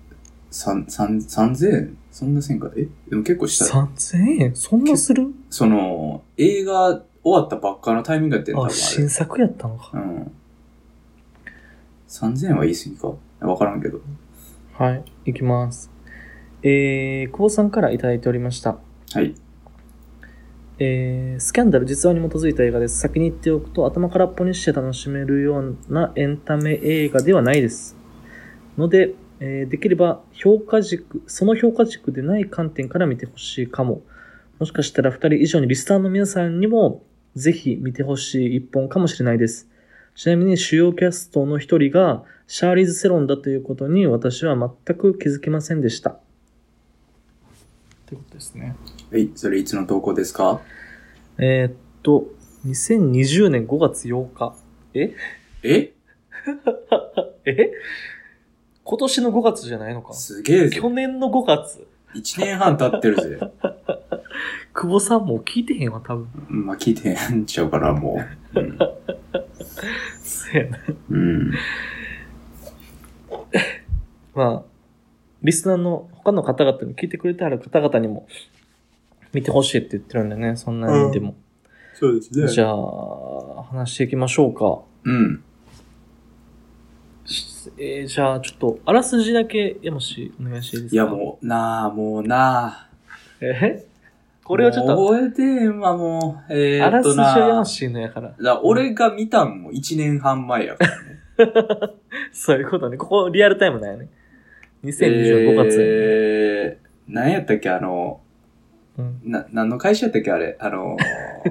Speaker 2: 三、三、三千円そんなせんかえでも結構した。
Speaker 1: ?3000 円そんなする
Speaker 2: その、映画終わったばっかのタイミングやってんだ、多
Speaker 1: あ、
Speaker 2: 分
Speaker 1: 新作やったの
Speaker 2: あ
Speaker 1: か。
Speaker 2: れ。うん。三千円は言い過ぎかわからんけど。
Speaker 1: はい、いきます。えー、久保さんからいただいておりました。
Speaker 2: はい。
Speaker 1: えー、スキャンダル実話に基づいた映画です。先に言っておくと頭空っぽにして楽しめるようなエンタメ映画ではないです。ので、えーできれば評価軸、その評価軸でない観点から見てほしいかも。もしかしたら2人以上にリスターの皆さんにもぜひ見てほしい一本かもしれないです。ちなみに主要キャストの一人がシャーリーズ・セロンだということに私は全く気づきませんでした。ということですね。
Speaker 2: はい、それいつの投稿ですか
Speaker 1: えーっと、2020年5月8日。え
Speaker 2: え
Speaker 1: え今年の5月じゃないのか。
Speaker 2: すげえぜ
Speaker 1: 去。年の5月。
Speaker 2: 1年半経ってるぜ。 [LAUGHS]
Speaker 1: 久保さんもう聞いてへんわ、多分。
Speaker 2: うんまあ聞いてへんちゃうから、もう。うん
Speaker 1: そうやな。
Speaker 2: うん。
Speaker 1: まあ、リスナーの他の方々に聞いてくれてある方々にも見てほしいって言ってるんでね、そんなにでも。
Speaker 2: そうです
Speaker 1: じゃあ、話していきましょうか。
Speaker 2: うん。
Speaker 1: しえーじゃあ、ちょっと、あらすじだけ、やもし、お願いしていいですか
Speaker 2: いや、もう、なあ、もうなあ。
Speaker 1: え [LAUGHS] これはちょっと、
Speaker 2: もう覚えてへんわ、もう。え
Speaker 1: あ
Speaker 2: ー、
Speaker 1: ら
Speaker 2: っ
Speaker 1: す
Speaker 2: と
Speaker 1: じはや
Speaker 2: な
Speaker 1: もしのやから。 [LAUGHS]
Speaker 2: だ俺が見たんも1年半前やからね。
Speaker 1: そういうことね。ここ、リアルタイムだよね。2025月。
Speaker 2: えー、何やったっけ、あの、
Speaker 1: うん、
Speaker 2: な、何の会社やったっけ、あれ。あの、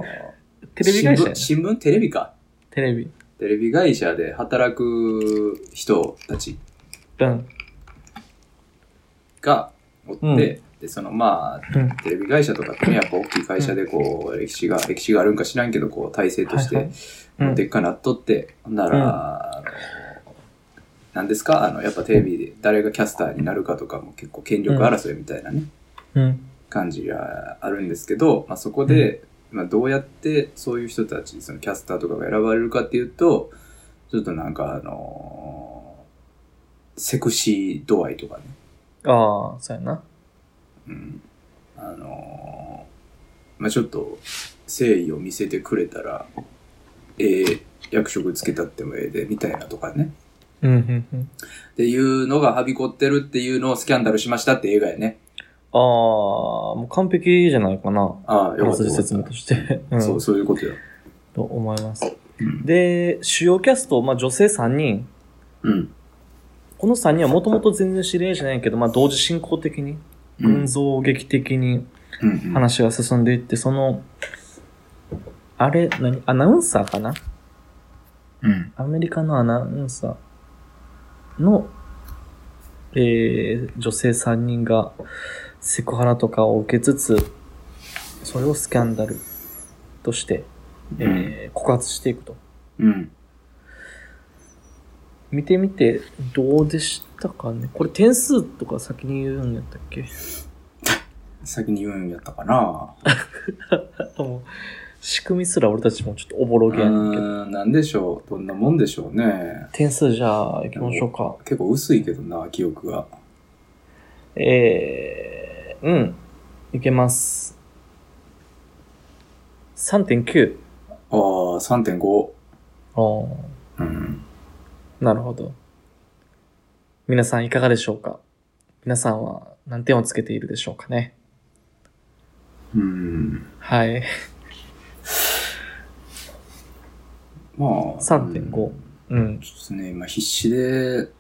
Speaker 1: [LAUGHS] テレビ会社やね
Speaker 2: 新聞新聞テレビか。
Speaker 1: テレビ。
Speaker 2: テレビ会社で働く人たち
Speaker 1: うん。
Speaker 2: がおって、
Speaker 1: うん
Speaker 2: で、そのまあ、
Speaker 1: うん。
Speaker 2: テレビ会社とかってね、やっぱ大きい会社でこう、歴史が、歴史があるんか知らんけど、こう、体制とし
Speaker 1: はい
Speaker 2: て、
Speaker 1: うん
Speaker 2: でっかなっとって、ほんなら、何ですかあの、やっぱテレビで誰がキャスターになるかとかも結構権力争いみたいなね、
Speaker 1: うん。
Speaker 2: 感じがあるんですけど、まあそこで、まあどうやってそういう人たち、そのキャスターとかが選ばれるかっていうと、ちょっとなんかあのセクシー度合いとかね、
Speaker 1: ああ、そうやな。
Speaker 2: うんあのーまあちょっと誠意を見せてくれたら、ええ役職つけたってもええで、みたいなとかね。
Speaker 1: うん、うん、うん。
Speaker 2: っていうのがはびこってるっていうのをスキャンダルしましたって映画やね。
Speaker 1: ああ、もう完璧じゃないかな。
Speaker 2: ああ、
Speaker 1: あ
Speaker 2: よからっ
Speaker 1: す
Speaker 2: たよ
Speaker 1: じ
Speaker 2: かっ
Speaker 1: 説明
Speaker 2: た
Speaker 1: として。 [LAUGHS] うん。
Speaker 2: そう、そういうことよ。
Speaker 1: と思います。
Speaker 2: うん。
Speaker 1: で、主要キャスト、まあ女性3人。
Speaker 2: うん。
Speaker 1: この3人はもともと全然知り合いじゃないけど、まあ同時進行的に、
Speaker 2: うん
Speaker 1: 群像劇的に
Speaker 2: うん
Speaker 1: 話が進んでいって、その、あれ、何アナウンサーかな
Speaker 2: うん。
Speaker 1: アメリカのアナウンサーの、えー、女性3人がセクハラとかを受けつつ、それをスキャンダルとして、えー、告発していくと。
Speaker 2: うん。
Speaker 1: 見てみて、どうでしたかねこれ点数とか先に言うんやったっけ
Speaker 2: 先に言うんやったかな。
Speaker 1: もう仕組みすら俺たちもちょっとおぼろ
Speaker 2: う
Speaker 1: げやねんけど。
Speaker 2: ーん、なんでしょう。どんなもんでしょうね。
Speaker 1: 点数じゃあ行きましょうか。
Speaker 2: 結構薄いけどな、記憶が。
Speaker 1: えー、うん。いけます。3.9。
Speaker 2: ああ、3.5。
Speaker 1: あー
Speaker 2: うん。
Speaker 1: なるほど。皆さんいかがでしょうか皆さんは何点をつけているでしょうかね
Speaker 2: うん。
Speaker 1: はい。
Speaker 2: まあ。
Speaker 1: 3.5
Speaker 2: うん
Speaker 1: うん。
Speaker 2: ちょっとね、今必死で
Speaker 1: う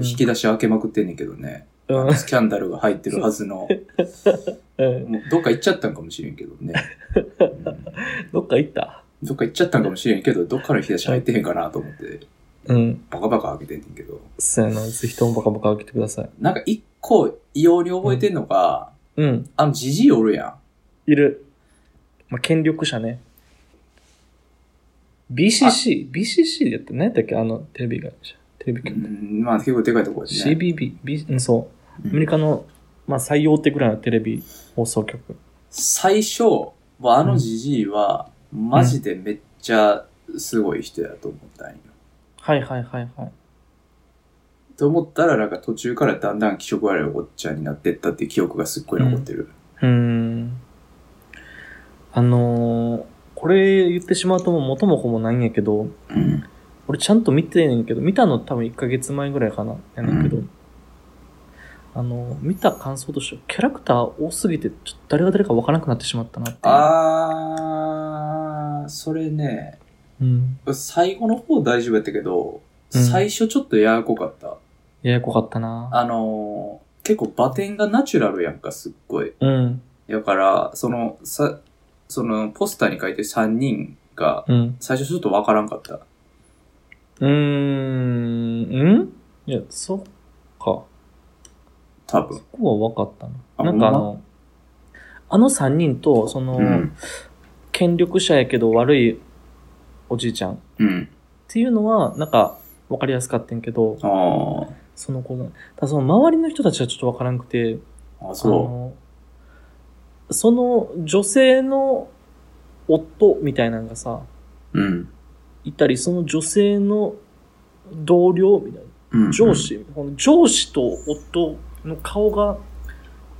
Speaker 1: ん
Speaker 2: 引き出し開けまくってんねんけどね。
Speaker 1: うん。
Speaker 2: スキャンダルが入ってるはず
Speaker 1: [LAUGHS]
Speaker 2: の。
Speaker 1: うん
Speaker 2: もうどっか行っちゃったんかもしれんけどね。うん
Speaker 1: どっか行った
Speaker 2: どっか行っちゃったんかもしれんけど、どっから引き出し入ってへんかなと思って、
Speaker 1: うん。
Speaker 2: バカバカ開けてんねんけど。
Speaker 1: そうやな。ぜひともバカバカ開けてください。
Speaker 2: なんか一個異様に覚えてんのが、
Speaker 1: うん。
Speaker 2: あの、じじいおるやん。
Speaker 1: いる。まあ、権力者ね。BCC。BCC やって何やったっけあの、テレビ会社。テレビ
Speaker 2: う
Speaker 1: 局。
Speaker 2: ん、まあ結構でかいとこですね。
Speaker 1: CBB。B、うんそう。
Speaker 2: うん
Speaker 1: アメリカの、まあ、最大手ぐらいのテレビ放送局。
Speaker 2: 最初、もうあのじじいは、マジでめっちゃすごい人やと思ったんよ。
Speaker 1: はいはいはいはい。
Speaker 2: と思ったら、なんか途中からだんだん気色悪いおっちゃんになってったっていう記憶がすっごい残ってる。
Speaker 1: うーん。あのーこれ言ってしまうともう元も子もないんやけど、
Speaker 2: うん。
Speaker 1: 俺ちゃんと見てんねんけど、見たの多分1ヶ月前ぐらいかな、やねんけど、
Speaker 2: う
Speaker 1: あのー見た感想としては、キャラクター多すぎて、ちょっと誰が誰かわからなくなってしまったなっていう。
Speaker 2: あー、それね、
Speaker 1: うん。
Speaker 2: 最後の方大丈夫やったけど、
Speaker 1: うん
Speaker 2: 最初ちょっとややこかった。
Speaker 1: ややこかったな
Speaker 2: あのー結構バテンがナチュラルやんか、すっごい。
Speaker 1: うん。
Speaker 2: だから、その、さ、その、ポスターに書いてる3人が、
Speaker 1: うん。
Speaker 2: 最初ちょっとわからんかった。
Speaker 1: うーん。んいや、そっか。
Speaker 2: 多
Speaker 1: そ
Speaker 2: 分。
Speaker 1: こは分かった
Speaker 2: あ
Speaker 1: な。なんかあ
Speaker 2: ほん
Speaker 1: の、あの3人と、その、
Speaker 2: うん。
Speaker 1: 権力者やけど悪いおじいちゃんっ
Speaker 2: うん。
Speaker 1: ていうのは、なんか、わかりやすかったんやけど、
Speaker 2: ああ。
Speaker 1: その子が。ただその周りの人たちはちょっとわからんくて、
Speaker 2: あ、
Speaker 1: あのその女性の夫みたいなのがさ、
Speaker 2: う。うん。
Speaker 1: いたり、その女性の同僚みたい
Speaker 2: うん
Speaker 1: な、上。司、この上司と夫の顔が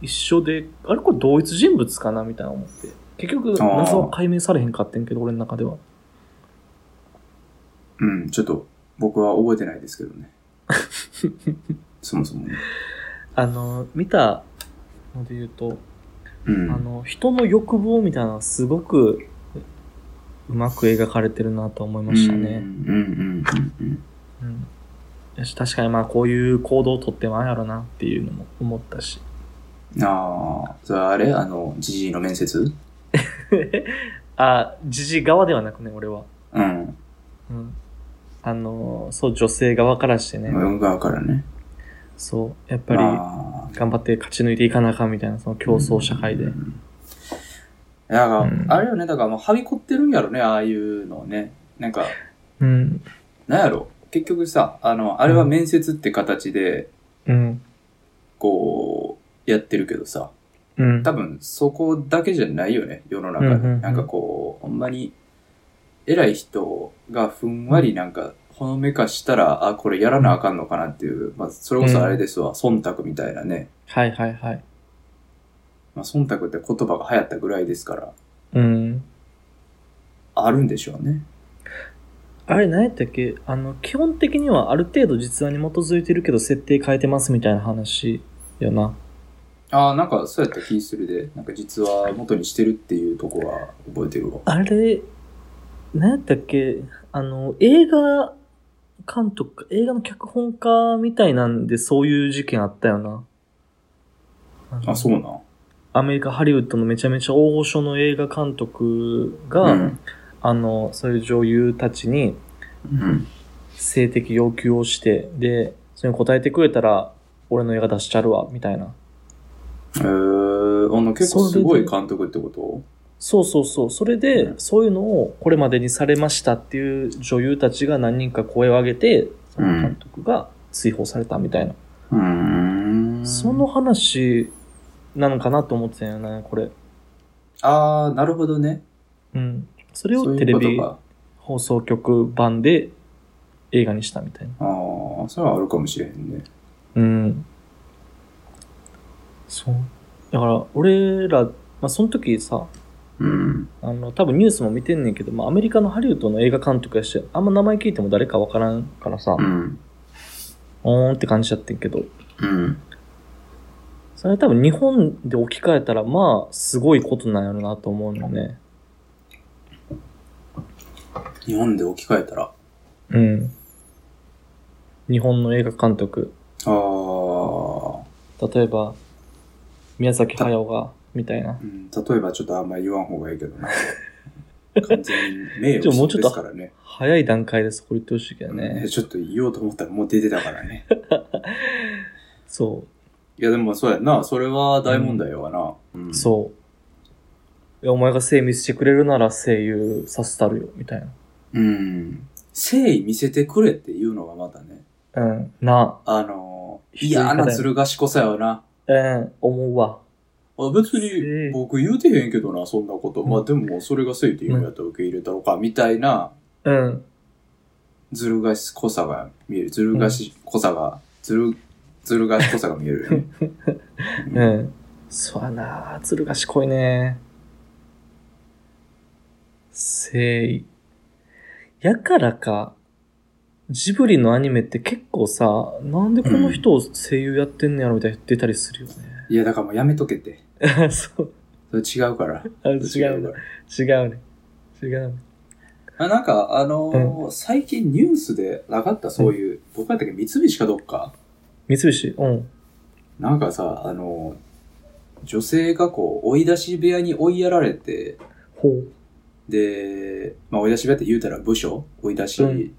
Speaker 1: 一緒で、あれこれ同一人物かなみたいな思って。結局、
Speaker 2: あー
Speaker 1: 謎は解明されへんかってんけど、俺の中では。
Speaker 2: うん、ちょっと僕は覚えてないですけど
Speaker 1: [LAUGHS]
Speaker 2: ね。そもそもね。
Speaker 1: あの、見たので言うと、
Speaker 2: う
Speaker 1: あ
Speaker 2: ん。
Speaker 1: の、人の欲望みたいなのがすごくうまく描かれてるなと思いました
Speaker 2: う
Speaker 1: ね。
Speaker 2: んうんうんうん
Speaker 1: うん。よし確かにまあこういう行動をとってもあんやろなっていうのも思ったし。 [LAUGHS]
Speaker 2: うん。ああ、それあれあの、じじいの面接
Speaker 1: あ、じじ側ではなくね、俺は。
Speaker 2: うん。
Speaker 1: うん。あの、そう、女性側からしてね、
Speaker 2: うん側からね。
Speaker 1: そう、やっぱり
Speaker 2: あ
Speaker 1: 頑張って勝ち抜いていかなあかんみたいな、その競争社会で。
Speaker 2: ーいやだから、
Speaker 1: うん
Speaker 2: あれよね、だからもうはびこってるんやろね、ああいうのをね。なんか、
Speaker 1: うん。
Speaker 2: なんやろ。結局さ、あの、あれは面接って形で、
Speaker 1: うん。
Speaker 2: こう、やってるけどさ、
Speaker 1: うん。
Speaker 2: 多分そこだけじゃないよね、世の中
Speaker 1: うん
Speaker 2: で。
Speaker 1: うんうん
Speaker 2: なんかこう、ほんまに、偉い人がふんわりなんか、ほのめかしたら、あ、これやらなあかんのかなっていう、まあ、それこそあれですわ、忖度みたいなね。
Speaker 1: はいはいはい。
Speaker 2: まあ、忖度って言葉が流行ったぐらいですから、
Speaker 1: うん。
Speaker 2: あるんでしょうね。
Speaker 1: あれ何やったっけあの、基本的にはある程度実話に基づいてるけど設定変えてますみたいな話よな。
Speaker 2: ああ、なんかそうやった気するで、なんか実は元にしてるっていうとこは覚えてるわ。
Speaker 1: あれ、何やったっけあの、映画監督、映画の脚本家みたいなんでそういう事件あったよな。の
Speaker 2: あ、そうなん。
Speaker 1: アメリカ・ハリウッドのめちゃめちゃ大御所の映画監督が、
Speaker 2: うん。
Speaker 1: あの、そういう女優たちに
Speaker 2: うん。
Speaker 1: 性的要求をして、で、それに応えてくれたら、俺の映画出しちゃるわ、みたいな。
Speaker 2: えー、あの、結構すごい監督ってこと
Speaker 1: そうそうそう。それで
Speaker 2: う、ん
Speaker 1: そういうのをこれまでにされましたっていう女優たちが何人か声を上げて、その監督が追放されたみたいな。
Speaker 2: うーん。
Speaker 1: その話なのかなと思ってたよね、これ。
Speaker 2: ああ、なるほどね。
Speaker 1: うん。それ
Speaker 2: そ
Speaker 1: を
Speaker 2: う
Speaker 1: テ
Speaker 2: いう
Speaker 1: レ
Speaker 2: こと
Speaker 1: ビ
Speaker 2: か。
Speaker 1: 放送局版で映画にしたみたいな。
Speaker 2: ああ、それはあるかもしれへんね。
Speaker 1: うん。そう。だから、俺ら、まあ、その時さ、
Speaker 2: うん。
Speaker 1: あの、多分ニュースも見てんねんけど、まあ、アメリカのハリウッドの映画監督やし、あんま名前聞いても誰かわからんからさ、
Speaker 2: うん。
Speaker 1: おーんって感じだってんけど、
Speaker 2: うん。
Speaker 1: それ多分日本で置き換えたら、まあ、すごいことなんやろなと思うのね。
Speaker 2: 日本で置き換えたら。あ
Speaker 1: うん。日本の映画監督、
Speaker 2: あ、う
Speaker 1: 例えば、宮崎駿が、みたいな。
Speaker 2: ん。例えばちょっとあんまり言わん方がいいけど [LAUGHS] な。完全に名
Speaker 1: ちょも
Speaker 2: 誉
Speaker 1: うちょっ
Speaker 2: で
Speaker 1: と
Speaker 2: すからね。
Speaker 1: 早い段階でそこ言ってほしいけどね。
Speaker 2: ねちょっと言おうと思ったらもう出てたからね。 [LAUGHS]
Speaker 1: そう。
Speaker 2: いやでもそうやんな。それは大問題やわな。うん
Speaker 1: そう。いやお前が誠意見せてくれるなら声優させたるよ、みたいな。
Speaker 2: うん。誠意見せてくれっていうのがまたね。
Speaker 1: うん。な、
Speaker 2: あのー、
Speaker 1: ひどい方
Speaker 2: 嫌
Speaker 1: や
Speaker 2: な鶴がしこさよな。
Speaker 1: うん、思うわ。
Speaker 2: あ別
Speaker 1: う
Speaker 2: に
Speaker 1: ん
Speaker 2: 僕言うてへんけどな、そんなこと。
Speaker 1: うん
Speaker 2: まあでも、それが正義という意味やったら受け入れたのか、みたいな、
Speaker 1: うん。
Speaker 2: ずる賢さが見える。ずる賢さが、ずる、ずる賢さが見え
Speaker 1: [LAUGHS]
Speaker 2: るよね。
Speaker 1: うん。そうやな鶴がしこいね。誠意。やからか、ジブリのアニメって結構さ、なんでこの人を声優やってんねやろみたいな言ってたりするよ
Speaker 2: いや、だからもうやめとけって。
Speaker 1: ね。 [LAUGHS] そう。
Speaker 2: それ違うから。
Speaker 1: あ違うね
Speaker 2: か。
Speaker 1: 違うね。違うね。
Speaker 2: ら。あなんか、あのー最近ニュースでなかったそういう、僕やったっけ三菱かどっか。
Speaker 1: 三菱、うん。
Speaker 2: なんかさ、あのー女性がこう、追い出し部屋に追いやられて、
Speaker 1: ほう。
Speaker 2: で、まあ、追い出し部屋って言うたら部署、追い出し、
Speaker 1: うん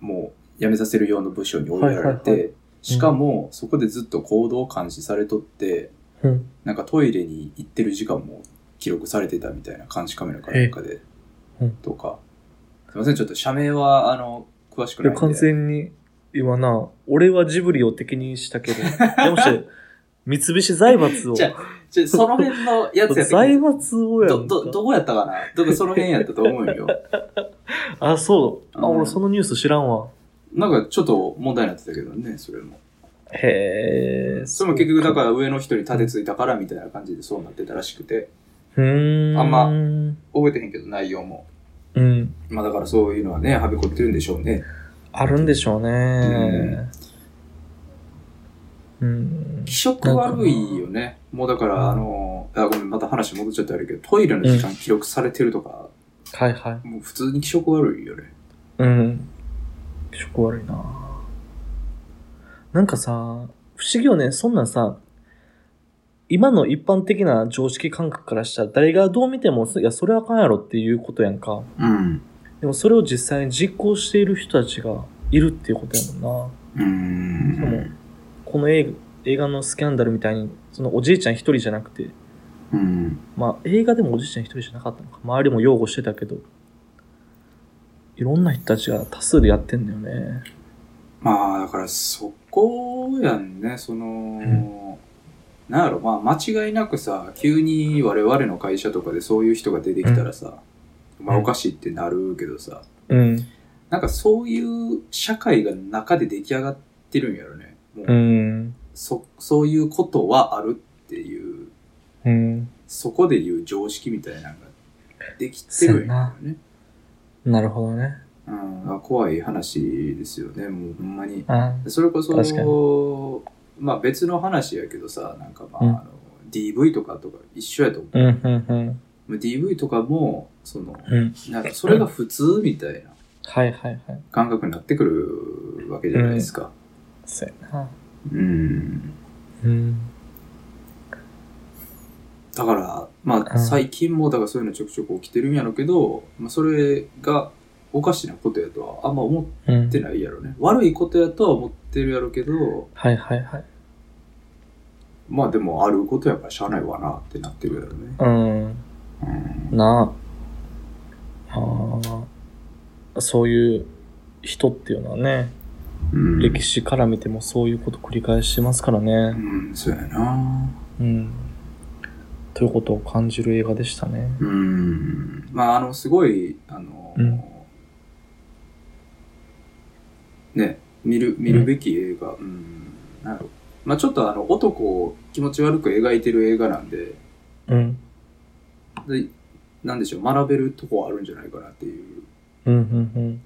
Speaker 2: もう辞めさせる用の部署に追いやられて、
Speaker 1: はいはい
Speaker 2: しかも、そこでずっと行動を監視されとって、
Speaker 1: うん。
Speaker 2: なんかトイレに行ってる時間も記録されてたみたいな監視カメラかなんかで
Speaker 1: えうん、
Speaker 2: とか。すいません、ちょっと社名は、あの、詳しく
Speaker 1: いや
Speaker 2: ないん
Speaker 1: 完
Speaker 2: で。
Speaker 1: 全に今な、俺はジブリを敵にした [LAUGHS] けど、でもして、三菱財閥を、
Speaker 2: じゃちょ、その辺のやつやったっ
Speaker 1: 財
Speaker 2: け
Speaker 1: 閥をや
Speaker 2: ど、
Speaker 1: んか
Speaker 2: ど、どこやったかなどこその辺やったと思うよ。 [LAUGHS]
Speaker 1: あ、そう。あ、
Speaker 2: うん
Speaker 1: 俺そのニュース知らんわ。
Speaker 2: なんかちょっと問題になってたけどね、それも。
Speaker 1: へえ。
Speaker 2: それも結局だから上の人に立てついたからみたいな感じでそうなってたらしくて、
Speaker 1: うーん。
Speaker 2: あんま
Speaker 1: う
Speaker 2: 覚えてへんけど内容も。
Speaker 1: ん。
Speaker 2: まあだからそういうのはね、はびこってるんでしょうね。
Speaker 1: あるんでしょうね。うん。
Speaker 2: 気色悪いよね。もうだから、あの、あ、ごめん、また話戻っちゃってあるけど、トイレの時間記録されてるとか、
Speaker 1: はいはい。
Speaker 2: もう普通に気色悪いよね。
Speaker 1: うん。気色悪いななんかさ、不思議よね。そんなんさ、今の一般的な常識感覚からしたら誰がどう見ても、いや、それはあかんやろっていうことやんか。
Speaker 2: うん。
Speaker 1: でもそれを実際に実行している人たちがいるっていうことやもんな。
Speaker 2: うーん。
Speaker 1: この映画映画のスキャンダルみたいに、そのおじいちゃん一人じゃなくて、
Speaker 2: うん。
Speaker 1: まあ映画でもおじいちゃん一人じゃなかったのか、周りも擁護してたけど、いろんな人たちが多数でやってんだよね。
Speaker 2: まあ、だからそこやんね、その、なんやろ、まあ間違いなくさ、急に我々の会社とかでそういう人が出てきたらさ、まあおかしいってなるけどさ、
Speaker 1: うん。
Speaker 2: なんかそういう社会が中で出来上がってるんやろね。もう
Speaker 1: うん。
Speaker 2: そ、そういうことはあるっていう、
Speaker 1: うん。
Speaker 2: そこで言う常識みたいなのができてるんやろね。
Speaker 1: なるほどね。
Speaker 2: うん、あ怖い話ですよね、もうほんまに。
Speaker 1: あ
Speaker 2: それこ
Speaker 1: 確か
Speaker 2: そ、まあ別の話やけどさ、なんかまあ、
Speaker 1: うん
Speaker 2: あの DV とかとか一緒やと思
Speaker 1: うん、うん、うん。
Speaker 2: う。DV とかも、その、
Speaker 1: うん。
Speaker 2: なんかそれが普通みたいな
Speaker 1: はいはいはい。
Speaker 2: 感覚になってくるわけじゃないですか。
Speaker 1: そうやな。
Speaker 2: うん。
Speaker 1: うん。
Speaker 2: だから、ま
Speaker 1: う
Speaker 2: あ
Speaker 1: ん
Speaker 2: 最近も、だからそういうのちょくちょく起きてるんやろうけど、まあそれがおかしなことやとはあんま思
Speaker 1: うん
Speaker 2: って。ないやろね。悪いことやとは思ってるやろうけど、
Speaker 1: はいはいはい。
Speaker 2: まあでもあることやからしゃあないわなってなってるやろね。
Speaker 1: うん。
Speaker 2: うん
Speaker 1: なああーそういう人っていうのはね、
Speaker 2: うん
Speaker 1: 歴史から見てもそういうこと繰り返してますから
Speaker 2: う
Speaker 1: ね。
Speaker 2: ん、そうやな。
Speaker 1: うん。ということを感じる映画でしたね。
Speaker 2: うん。まあ、あの、すごい、あの、
Speaker 1: うん
Speaker 2: ね、見る、見るべき映画。うん。なるまあ、ちょっとあの、男を気持ち悪く描いてる映画なんで、
Speaker 1: うん。
Speaker 2: でなんでしょう、学べるとこはあるんじゃないかなっていう
Speaker 1: うん、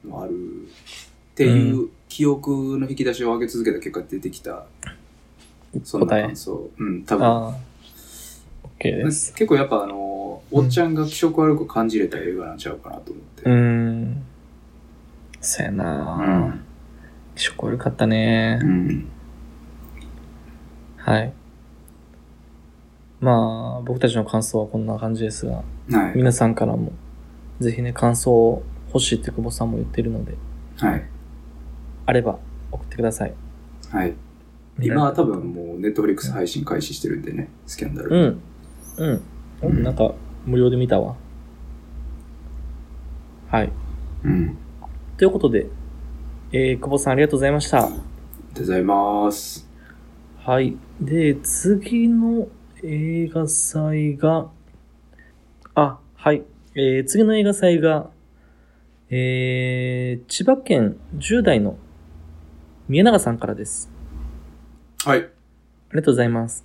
Speaker 1: うん、
Speaker 2: のはある。っていう記憶の引き出しを上げ続けた結果出てきた、
Speaker 1: うん。
Speaker 2: そんな
Speaker 1: 答え
Speaker 2: 感。想。うん、多分。
Speaker 1: ああ。OK です。
Speaker 2: 結構やっぱあの、おっちゃんが気色悪く感じれた映画なんちゃうかなと思って。
Speaker 1: うん。そうやなあ。気色悪かったね。
Speaker 2: うん。
Speaker 1: はい。まあ、僕たちの感想はこんな感じですが。
Speaker 2: はい。
Speaker 1: 皆さんからも、ぜひね、感想を欲しいって久保さんも言ってるので、
Speaker 2: はい。
Speaker 1: あれば送ってください。
Speaker 2: はい。今は多分もう、ネットフリックス配信開始してるんでね、スキャンダル。
Speaker 1: う。ん。うん。
Speaker 2: う
Speaker 1: うんん、なんか、無料で見たわ。はい。
Speaker 2: うん。
Speaker 1: ということで、えー、久保さんありがとうございました。
Speaker 2: ございます。
Speaker 1: はい。で、次の映画祭が、あ、はい。えー、次の映画祭が、えー、千葉県10代の宮永さんからです。
Speaker 2: はい。あ
Speaker 1: ありがとうございます。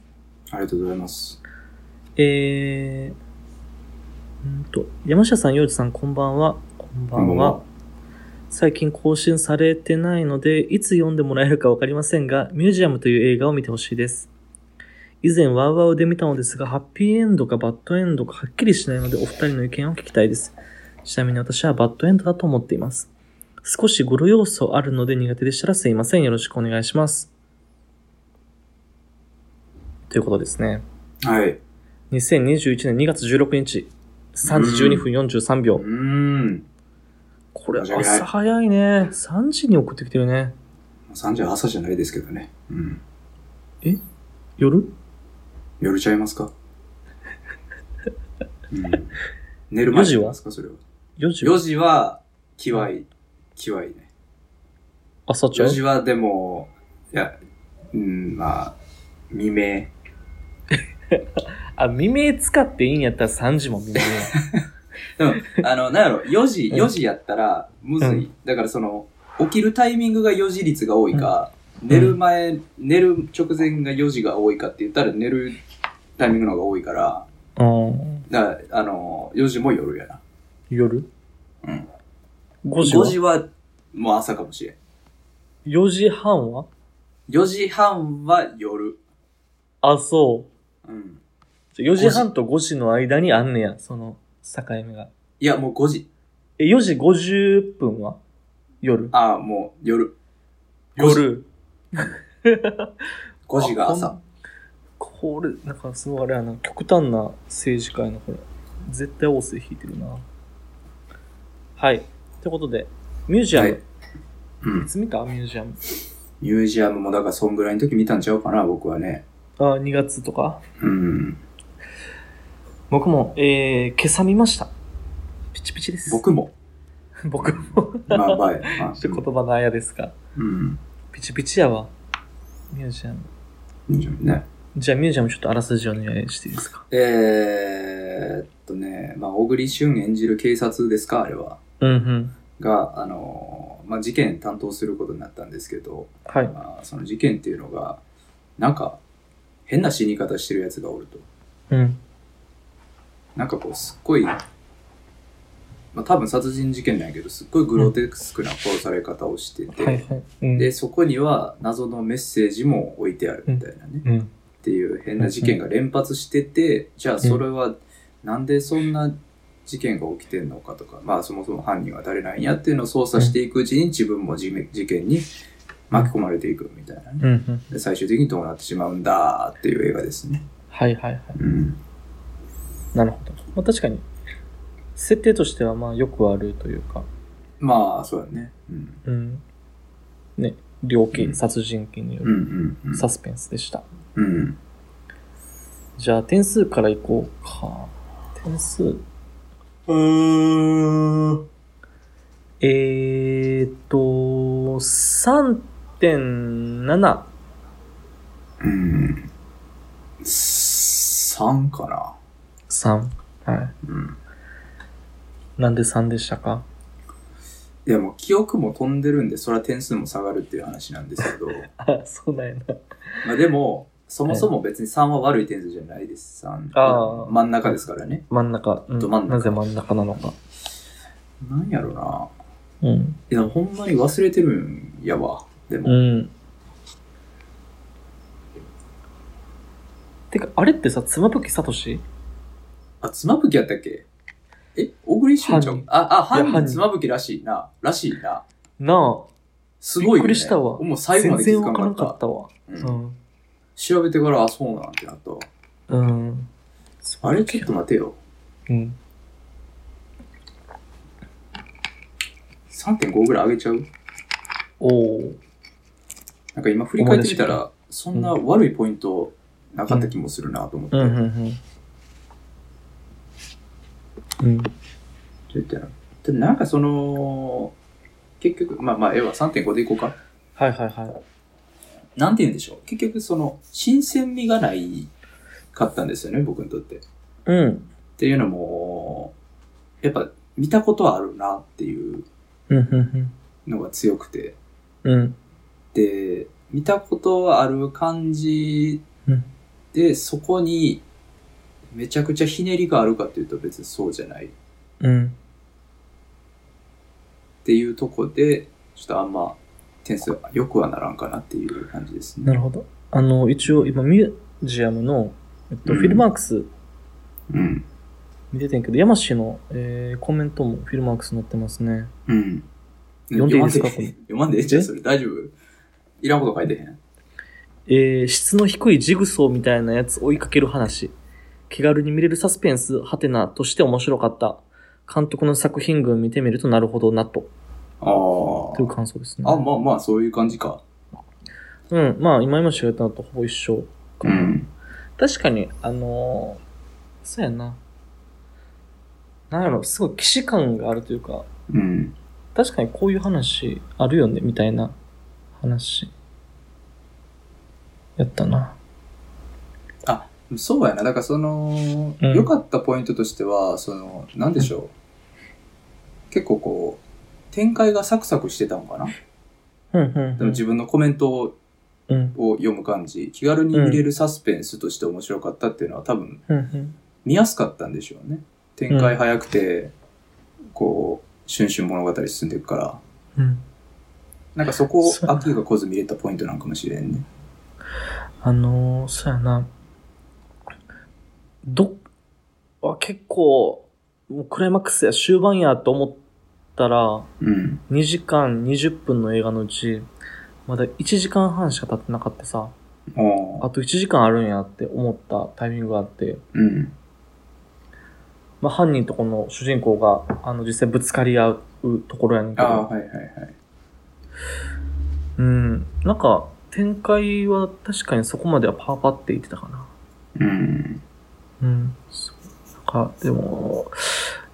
Speaker 2: りがとうございます。
Speaker 1: えー、うんと、山下さん、洋二さん、こんばんは。こんばんは。最近更新されてないので、いつ読んでもらえるかわかりませんが、ミュージアムという映画を見てほしいです。以前、ワウワウで見たのですが、ハッピーエンドかバッドエンドかはっきりしないので、お二人の意見を聞きたいです。ちなみに私はバッドエンドだと思っています。少し語呂要素あるので苦手でしたらすいません。よろしくお願いします。ということですね。
Speaker 2: はい。
Speaker 1: 2021年2月16日、3時12分43秒。
Speaker 2: うーん。
Speaker 1: これ、
Speaker 2: 申し訳ない
Speaker 1: 朝早いね。3時に送ってきてるね。
Speaker 2: 3時は朝じゃないですけどね。うん。
Speaker 1: 夜
Speaker 2: 夜ちゃいますかうん。寝る
Speaker 1: 4
Speaker 2: 前
Speaker 1: 時は
Speaker 2: ですかそれは。
Speaker 1: ?4 時
Speaker 2: 4時は、気合い。気合いね。
Speaker 1: 朝ちゃ
Speaker 2: 4
Speaker 1: う
Speaker 2: 時はでも、いや、うん、まあ、未明。
Speaker 1: あ、未明使っていいんやったら3時も未明や。
Speaker 2: [LAUGHS] でも、あの、な
Speaker 1: [LAUGHS]
Speaker 2: んやろ、4時、
Speaker 1: うん
Speaker 2: 4時やったら、むずい。
Speaker 1: う
Speaker 2: だからその、起きるタイミングが4時率が多いか、寝る前、寝る直前が4時が多いかって言ったら寝るタイミングの方が多いから、
Speaker 1: うん。
Speaker 2: だから、あの、4時も夜やな。
Speaker 1: 夜
Speaker 2: うん。
Speaker 1: 5時
Speaker 2: 5
Speaker 1: は
Speaker 2: 時は、もう朝かもしれん。
Speaker 1: 4時半は
Speaker 2: 4時半は夜。
Speaker 1: あ、そう。
Speaker 2: うん。
Speaker 1: じゃあ4時半と5時の間にあんねや、その境目が。
Speaker 2: いや、もう5時。
Speaker 1: え、4時50分は夜
Speaker 2: ああ、もう夜。5時。
Speaker 1: 夜。
Speaker 2: [LAUGHS] 5時が
Speaker 1: あ
Speaker 2: 朝。。
Speaker 1: ほんこれ、なんかすごいあれやな、極端な政治家やな、これ。絶対王政引いてるな。はい。ってことで、ミュージアム。
Speaker 2: はい
Speaker 1: い、
Speaker 2: うん。
Speaker 1: つ見たミュージアム。
Speaker 2: ミュージアムもだからそんぐらいの時見たんちゃうかな、僕はね。
Speaker 1: あ、2月とか
Speaker 2: うん。
Speaker 1: 僕も、えー、今朝見ました。ピチピチです。
Speaker 2: 僕も。
Speaker 1: [LAUGHS] 僕も。
Speaker 2: まあ、ばい。まあ、
Speaker 1: [LAUGHS] ちょっと言葉のあやですが。
Speaker 2: うん。
Speaker 1: ピチピチやわ。ミュージアム。
Speaker 2: いいんじゃないね。
Speaker 1: じゃあミュージアムちょっとあらすじお願いしていいですか
Speaker 2: えー、っとね、まあ、小栗旬演じる警察ですか、あれは。
Speaker 1: うんうん。
Speaker 2: が、あのー、まあ、事件担当することになったんですけど、
Speaker 1: はい。
Speaker 2: まあ、その事件っていうのが、なんか、変な死に方してるやつがおると。
Speaker 1: うん。
Speaker 2: なんかこう、すっごい、まあ、多分殺人事件なんやけど、すっごいグロテクスクな殺され方をしてて、
Speaker 1: はいはい。うん。
Speaker 2: で、そこには謎のメッセージも置いてあるみたいなね。
Speaker 1: うん。
Speaker 2: っていう変な事件が連発してて、じゃあそれはなんでそんな事件が起きてんのかとか、まあそもそも犯人は誰なんやっていうのを捜査していくうちに自分も事事件に巻き込まれていくみたいなね。
Speaker 1: うんうん。
Speaker 2: で最終的にどうなってしまうんだっていう映画ですね。
Speaker 1: はいはいはい。
Speaker 2: うん。
Speaker 1: なるほど。まあ確かに、設定としてはまあよくあるというか、
Speaker 2: まあ、そうだね。うん。
Speaker 1: うん。ね、猟
Speaker 2: う
Speaker 1: 奇、
Speaker 2: ん
Speaker 1: 殺人鬼によ
Speaker 2: うん
Speaker 1: る
Speaker 2: うん
Speaker 1: サスペンスでした。
Speaker 2: うん。うん。
Speaker 1: じゃあ点数からいこうか。点数。
Speaker 2: うん。
Speaker 1: えーっと、3.7。
Speaker 2: うん。3かな。
Speaker 1: 3。はい。
Speaker 2: うん。
Speaker 1: なんで3でしたか
Speaker 2: いやもう記憶も飛んでるんで、それは点数も下がるっていう話なんですけど、 [LAUGHS]
Speaker 1: あ、そうなんやな。
Speaker 2: まあでも、そもそも別に3は悪い点数じゃないです。3
Speaker 1: あー
Speaker 2: 真ん中ですからね。
Speaker 1: 真ん中。うん
Speaker 2: ど真ん中
Speaker 1: なぜ真ん中なのか。
Speaker 2: なんやろな。
Speaker 1: うん。
Speaker 2: いや、ほんまに忘れてるんやわ。でも、
Speaker 1: うん。てか、あれってさ、妻夫木聡
Speaker 2: あ、妻夫木やったっけえ、小栗旬ちゃ
Speaker 1: 犯
Speaker 2: ん
Speaker 1: 人
Speaker 2: あ、あ、犯
Speaker 1: いや犯
Speaker 2: 人、
Speaker 1: 人
Speaker 2: 妻夫木らしいな。らしいな。
Speaker 1: な
Speaker 2: すごいよ、ね。
Speaker 1: びっくりしたわ
Speaker 2: もう
Speaker 1: あ、
Speaker 2: 最後まで気
Speaker 1: 全
Speaker 2: づ
Speaker 1: 然
Speaker 2: か
Speaker 1: わ
Speaker 2: ん
Speaker 1: か
Speaker 2: からっ
Speaker 1: んかっ。
Speaker 2: た
Speaker 1: たわ。う
Speaker 2: うん
Speaker 1: ん。
Speaker 2: 調べてから、あ、そうなんてなったわ。
Speaker 1: うん。
Speaker 2: あれ、ちょっと待てよ。
Speaker 1: うん。
Speaker 2: 3.5ぐらい上げちゃう
Speaker 1: おお。
Speaker 2: なんか今振り返ってみたら、そんな悪いポイントなかった気もするなと思って。
Speaker 1: うん、うん、
Speaker 2: ど
Speaker 1: うん。うん。
Speaker 2: うやってやろうでなんかその、結局、まあまあ、ええわ、3.5でいこうか。
Speaker 1: はいはいはい。
Speaker 2: なんて言うんでしょう。結局、その、新鮮味がないかったんですよね、僕にとって。っ
Speaker 1: うん。
Speaker 2: ていうのも、やっぱ見たことはあるなっていう
Speaker 1: うん、うん、
Speaker 2: のが強くて。
Speaker 1: うん。うん。
Speaker 2: で、見たことはある感じで、そこに、めちゃくちゃひねりがあるかっていうと別にそうじゃない。
Speaker 1: うん。
Speaker 2: っていうとこで、ちょっとあんま点数良くはならんかなっていう感じです
Speaker 1: な
Speaker 2: ね。
Speaker 1: るほど。あの、一応今、ミュージアムの、えっと、
Speaker 2: うん
Speaker 1: フィルマークス
Speaker 2: うん。
Speaker 1: 見ててんけど、山氏の、えー、コメントもフィルマークス載ってますね。
Speaker 2: うん。
Speaker 1: 読んでいいですか
Speaker 2: 読まん読まんでええじゃん、それ大丈夫いらんこと書いてへん。
Speaker 1: えー質の低いジグソーみたいなやつ追いかける話。気軽に見れるサスペンス、ハテナとして面白かった。監督の作品群見てみるとなるほどなと。
Speaker 2: あ
Speaker 1: という
Speaker 2: あ。
Speaker 1: 感想ですね。
Speaker 2: あ、まあまあ、そういう感じか。
Speaker 1: うん。まあ、今今喋ったのとほぼ一緒かな。
Speaker 2: ん。
Speaker 1: 確かに、あのーそうやな。なんやろ、すごい既視感があるというか、
Speaker 2: うん。
Speaker 1: 確かにこういう話あるよね、みたいな話、やったな。
Speaker 2: そうやな。だからその、
Speaker 1: うん
Speaker 2: 良かったポイントとしては、その、なんでしょう。結構こう、展開がサクサクしてたのかな。
Speaker 1: うん、うん
Speaker 2: でも自分のコメントを
Speaker 1: うん。うん、
Speaker 2: を読む感じ、気軽に見れるサスペンスとして面白かったっていうのは多分
Speaker 1: うん、うん。
Speaker 2: 見やすかったんでしょうね。展開早くて、こう、瞬々物語進んでいくから。
Speaker 1: うん。
Speaker 2: なんかそこを
Speaker 1: そう
Speaker 2: 飽きが来ず見れたポイントなんかもしれんね。
Speaker 1: あのー、そうやな。どっ、あ、結構、もうクライマックスや終盤やと思ったら、
Speaker 2: うん。
Speaker 1: 2時間20分の映画のうち、まだ1時間半しか経ってなかったさ、
Speaker 2: ああ。
Speaker 1: あと1時間あるんやって思ったタイミングがあって、
Speaker 2: うん。
Speaker 1: まあ犯人とこの主人公が、あの実際ぶつかり合うところやねんけ
Speaker 2: ああ、
Speaker 1: ど、
Speaker 2: はいはいはい。
Speaker 1: うん、なんか展開は確かにそこまではパーパって言ってたかな。
Speaker 2: うん。
Speaker 1: うん。そうなんか、でも、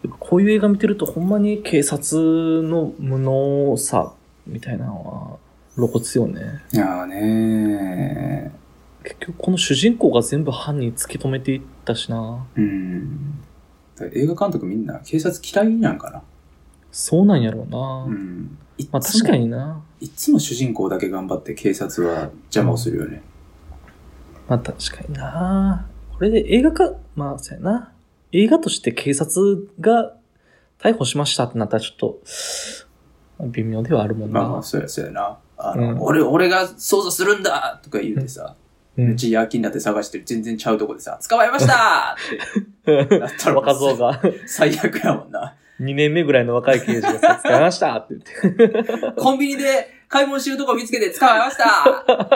Speaker 1: やっぱこういう映画見てると、ほんまに警察の無能さみたいなのは露骨よね。
Speaker 2: いやーね
Speaker 1: 結局、この主人公が全部犯人突き止めていったしな。
Speaker 2: ー。うん。だから映画監督みんな警察嫌いなんかな。
Speaker 1: そうなんやろうな。
Speaker 2: うん。いっつ
Speaker 1: ま
Speaker 2: も
Speaker 1: あ確か。にな。
Speaker 2: いっつも主人公だけ頑張って警察は邪魔をするよね。
Speaker 1: まあ確かにな。これで映画か、まあそうやな。映画として警察が逮捕しましたってなったらちょっと、微妙ではあるもんな。
Speaker 2: まあ、そうや、そうやな。あの、
Speaker 1: うん
Speaker 2: 俺、俺が捜査するんだとか言うてさ、
Speaker 1: うん
Speaker 2: めっちゃ夜勤になって探してる、全然ちゃうとこでさ、捕まえましたってなったら、
Speaker 1: [LAUGHS] 若造が。
Speaker 2: 最悪やもんな。
Speaker 1: 2年目ぐらいの若い刑事がさ、使いましたって言って。
Speaker 2: コンビニで買い物してるとこ見つけて捕まえました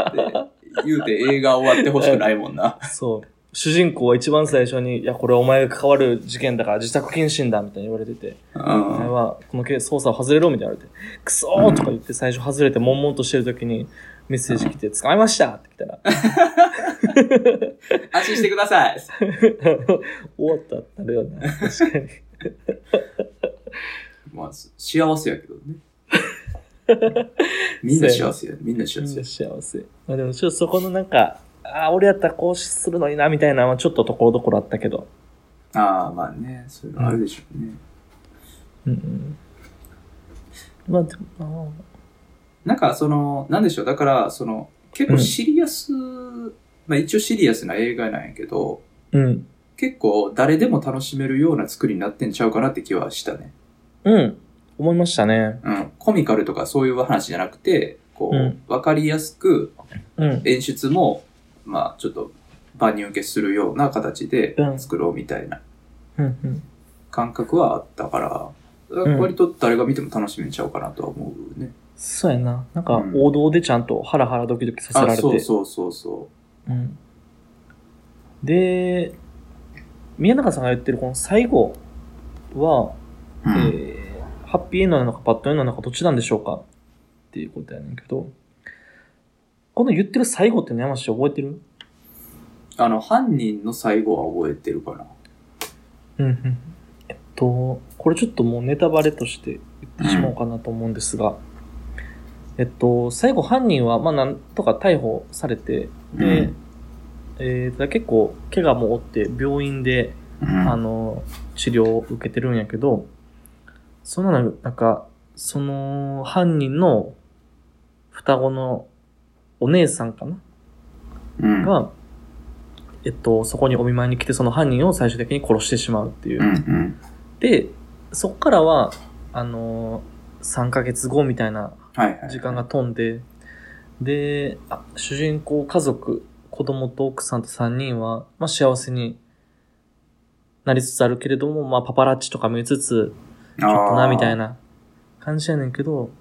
Speaker 2: って言うて映画終わってほしくないもんな。
Speaker 1: [LAUGHS] そう。主人公は一番最初に、いや、これお前が関わる事件だから自宅謹慎だみたいに言われてて、お
Speaker 2: う
Speaker 1: 前
Speaker 2: ん。
Speaker 1: はこのけ捜査を外れろみたいに言われて、クソーとか言って最初外れて悶々としてる時にメッセージ来て、捕まえましたって来たら、 [LAUGHS]
Speaker 2: 安心してください。
Speaker 1: 終わったってなるよな。確 [LAUGHS] かに。
Speaker 2: まあ、幸せやけどね。
Speaker 1: [LAUGHS]
Speaker 2: みんな幸せや。みんな幸
Speaker 1: みん
Speaker 2: せ
Speaker 1: な
Speaker 2: や。
Speaker 1: 幸せ。まあでもちょっとそこのなんか、ああ、俺やったらこうするのにな、みたいなのはちょっとところどころあったけど。
Speaker 2: ああ、まあね、そういうのあるでしょうね。
Speaker 1: うんうん。まあでも、
Speaker 2: なんかその、なんでしょう、だから、その、結構シリアス、まあ一応シリアスな映画なんやけど、
Speaker 1: ああうん。
Speaker 2: 結構誰でも楽しめるような作りになってんちゃうかなって気はしたね。
Speaker 1: うん。思いましたね。
Speaker 2: うん。コミカルとかそういう話じゃなくて、こう、
Speaker 1: うん
Speaker 2: わかりやすく
Speaker 1: うん。
Speaker 2: 演出も、まあちょっと万人受けするような形で
Speaker 1: うん
Speaker 2: 作ろうみたいな
Speaker 1: うん。うん。
Speaker 2: 感覚はあったから、
Speaker 1: ん
Speaker 2: 割と誰が見ても楽しめちゃうかなとは思うね。
Speaker 1: そうやな。なんか
Speaker 2: う、ん
Speaker 1: 王道でちゃんとハラハラドキドキさせら
Speaker 2: あ、
Speaker 1: れて。
Speaker 2: そうそうそうそ
Speaker 1: うん。で、宮永さんが言ってるこの最後は、
Speaker 2: う。うん
Speaker 1: えーハッピーエンドなのかバッドエンドなのかどっちなんでしょうかっていうことやねんけど、この言ってる最後っての山下覚えてる
Speaker 2: あの、犯人の最後は覚えてるかな。
Speaker 1: うんうん。えっと、これちょっともうネタバレとして言ってしまおうかなと思うんですが、えっと、最後犯人は、まあ、なんとか逮捕されて、で、
Speaker 2: うん
Speaker 1: えーただ結構、怪我も負って、病院で、あの、治療を受けてるんやけど、そんなの、なんか、その、犯人の双子のお姉さんかな
Speaker 2: うん、
Speaker 1: が、えっと、そこにお見舞いに来て、その犯人を最終的に殺してしまうっていう
Speaker 2: う。んうん、
Speaker 1: で、そこからは、あのー、3ヶ月後みたいな
Speaker 2: はいはい。
Speaker 1: 時間が飛んで、で、あ主人公家族、子供と奥さんと3人は、まあ、幸せになりつつあるけれども、まあ、パパラッチとか見つつ、
Speaker 2: ちょ
Speaker 1: ちょっとな、みたい。な感じやねんけど、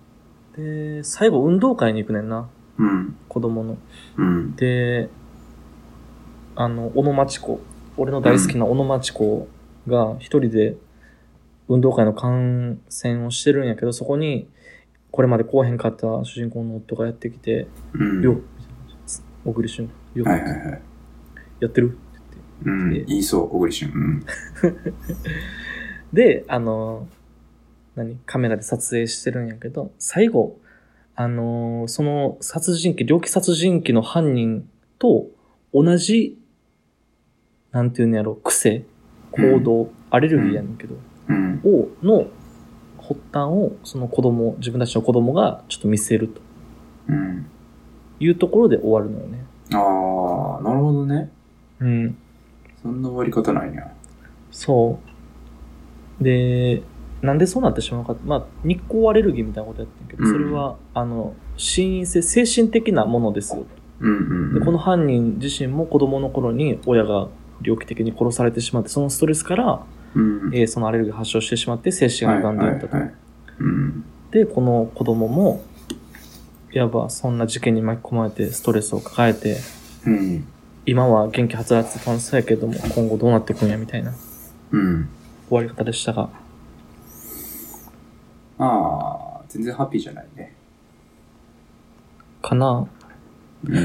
Speaker 1: で、最後運動会に行くねんな、
Speaker 2: うん、
Speaker 1: 子供の。
Speaker 2: うん、
Speaker 1: で、あの、小野町子、俺の大好きな小野町子が一人で運動会の観戦をしてるんやけど、そこに、これまで来おへんかった主人公の夫がやってきて、
Speaker 2: うん。
Speaker 1: よっ、小栗旬、よっ、
Speaker 2: はいはいはい。
Speaker 1: やってる
Speaker 2: うん、
Speaker 1: で
Speaker 2: 言いそう、小栗旬。うん。
Speaker 1: で、あの、何カメラで撮影してるんやけど、最後、あのーその殺人鬼、猟奇殺人鬼の犯人と同じ、なんていうんやろ、癖、行動、アレルギーやねんけど、
Speaker 2: うん。
Speaker 1: を、の発端を、その子供、自分たちの子供がちょっと見せると
Speaker 2: うん。
Speaker 1: いうところで終わるのよね。
Speaker 2: ああ、なるほどね。
Speaker 1: うん。
Speaker 2: そんな終わり方ないね。
Speaker 1: そう。で、なんでそうなってしまうかって、まあ、日光アレルギーみたいなことやってんけど、
Speaker 2: うん
Speaker 1: それは、あの、心因性、精神的なものですよ。
Speaker 2: うんうんう
Speaker 1: で、
Speaker 2: ん。
Speaker 1: この犯人自身も子供の頃に親が猟奇的に殺されてしまって、そのストレスから、
Speaker 2: うん、
Speaker 1: えーそのアレルギー発症してしまって、精神が歪んでいったと
Speaker 2: は。いはいはいうん。
Speaker 1: で、この子供も、いわばそんな事件に巻き込まれて、ストレスを抱えて、
Speaker 2: うん。
Speaker 1: 今は元気はつらつ楽しそうやけども、今後どうなっていくんや、みたいな
Speaker 2: うん。
Speaker 1: 終わり方でしたが、
Speaker 2: ああ、全然ハッピーじゃないね。
Speaker 1: かな
Speaker 2: う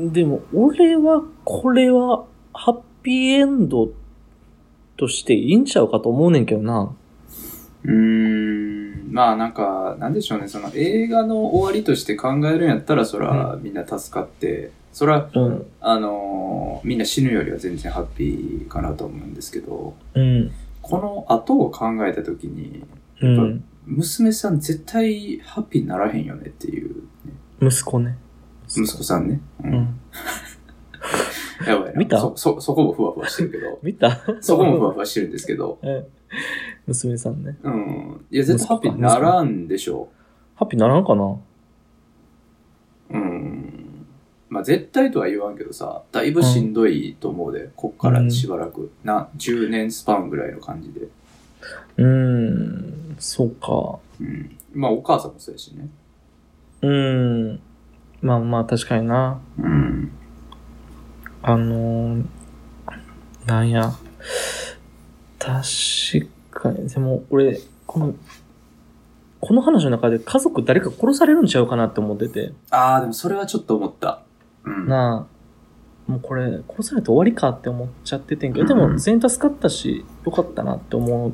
Speaker 2: ん。
Speaker 1: でも、俺は、これは、ハッピーエンドとしていいんちゃうかと思うねんけどな。
Speaker 2: うーん。まあなんか、なんでしょうね。その映画の終わりとして考えるんやったら、そら、みんな助かって、そら、
Speaker 1: うん。
Speaker 2: あのーみんな死ぬよりは全然ハッピーかなと思うんですけど、
Speaker 1: うん。
Speaker 2: この後を考えたときに、
Speaker 1: うん。
Speaker 2: 娘さん絶対ハッピーにならへんよねっていう、ね、
Speaker 1: 息子ね。
Speaker 2: 息子さんね。う
Speaker 1: う。ん。
Speaker 2: やばいな。
Speaker 1: 見た。
Speaker 2: そ、そ、そこもふわふわしてるけど
Speaker 1: 見た
Speaker 2: [LAUGHS] そこもふわふわしてるんですけど。
Speaker 1: え娘さんね。
Speaker 2: うん。いや、絶対ハッピーにならんでしょ
Speaker 1: ハッピーならんかな
Speaker 2: う。うん。まあ、絶対とは言わんけどさ、だいぶしんどいと思うで、こっからしばらく。な、10年スパンぐらいの感じで。
Speaker 1: うーん。そうか。
Speaker 2: うん。まあ、お母さんもそうやしね。
Speaker 1: うーん。まあまあ、確かにな。
Speaker 2: うん。
Speaker 1: あのー、なんや。確かに。でも、俺、この、この話の中で家族誰か殺されるんちゃうかなって思ってて。
Speaker 2: ああ、でもそれはちょっと思った。うん。
Speaker 1: なあ、もうこれ、殺されて終わりかって思っちゃっててんけど、でも全員助かったし、よかったなって思う、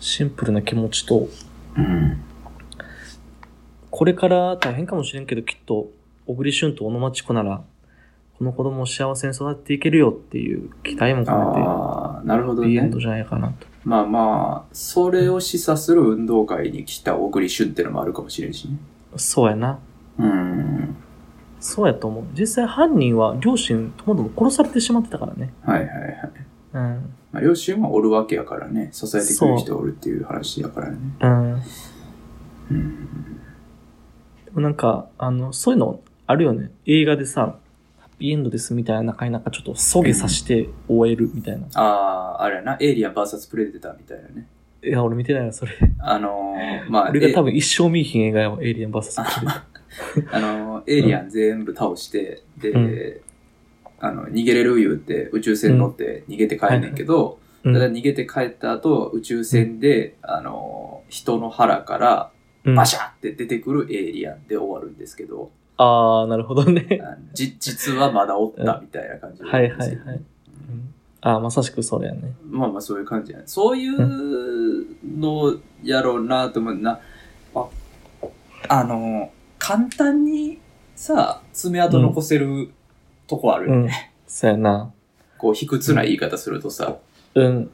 Speaker 1: シンプルな気持ちと、
Speaker 2: うん。
Speaker 1: これから大変かもしれんけど、きっと、小栗旬と小野町子なら、この子供を幸せに育てていけるよっていう期待も込
Speaker 2: ああ、なるほ
Speaker 1: め
Speaker 2: ど
Speaker 1: て、いいエ
Speaker 2: ね
Speaker 1: ン。ドじゃないかなと。
Speaker 2: まあまあ、それを示唆する運動会に来た小栗旬ってのもあるかもしれんしね。
Speaker 1: そうやな。
Speaker 2: うん。
Speaker 1: そうやと思う。実際犯人は両親ともども殺されてしまってたからね。
Speaker 2: はいはいはい。
Speaker 1: うん。
Speaker 2: まあ、両親はおるわけやからね、支えてくれる人はおるっていう話やからね。
Speaker 1: うん。
Speaker 2: うん。
Speaker 1: でもなんか、あの、そういうのあるよね。映画でさ、ハッピーエンドですみたいな中になんかちょっとそげさして終えるみたいな。
Speaker 2: ああ、あれやな、エイリアン VS プレデターみたいなね。
Speaker 1: いや、俺見てないよ、それ。
Speaker 2: あのー、まあ、
Speaker 1: 俺が多分一生見えひん映画よ、エイリアン VS
Speaker 2: [LAUGHS]
Speaker 1: プレデター。
Speaker 2: えあのーエイリアン全部倒して、で、
Speaker 1: う
Speaker 2: あの、逃げれる言うて、宇宙船乗って逃げて帰んねんけど、
Speaker 1: うん
Speaker 2: ただ逃げて帰った後、宇宙船で、あのー人の腹から、
Speaker 1: うん
Speaker 2: バシャって出てくるエイリアンで終わるんですけど、
Speaker 1: あー、なるほどね。 [LAUGHS]
Speaker 2: あのじ実はまだおったみたいな感じで
Speaker 1: はいはいはい。うんあー、まさしくそれやね。
Speaker 2: まあまあそういう感じじゃない。そういうのやろうなと思うな。あ、あの、簡単にさ、爪痕残せるとこあるよ
Speaker 1: うん
Speaker 2: ね。。
Speaker 1: そうやな。
Speaker 2: こう、卑屈な言い方するとさ。
Speaker 1: うん。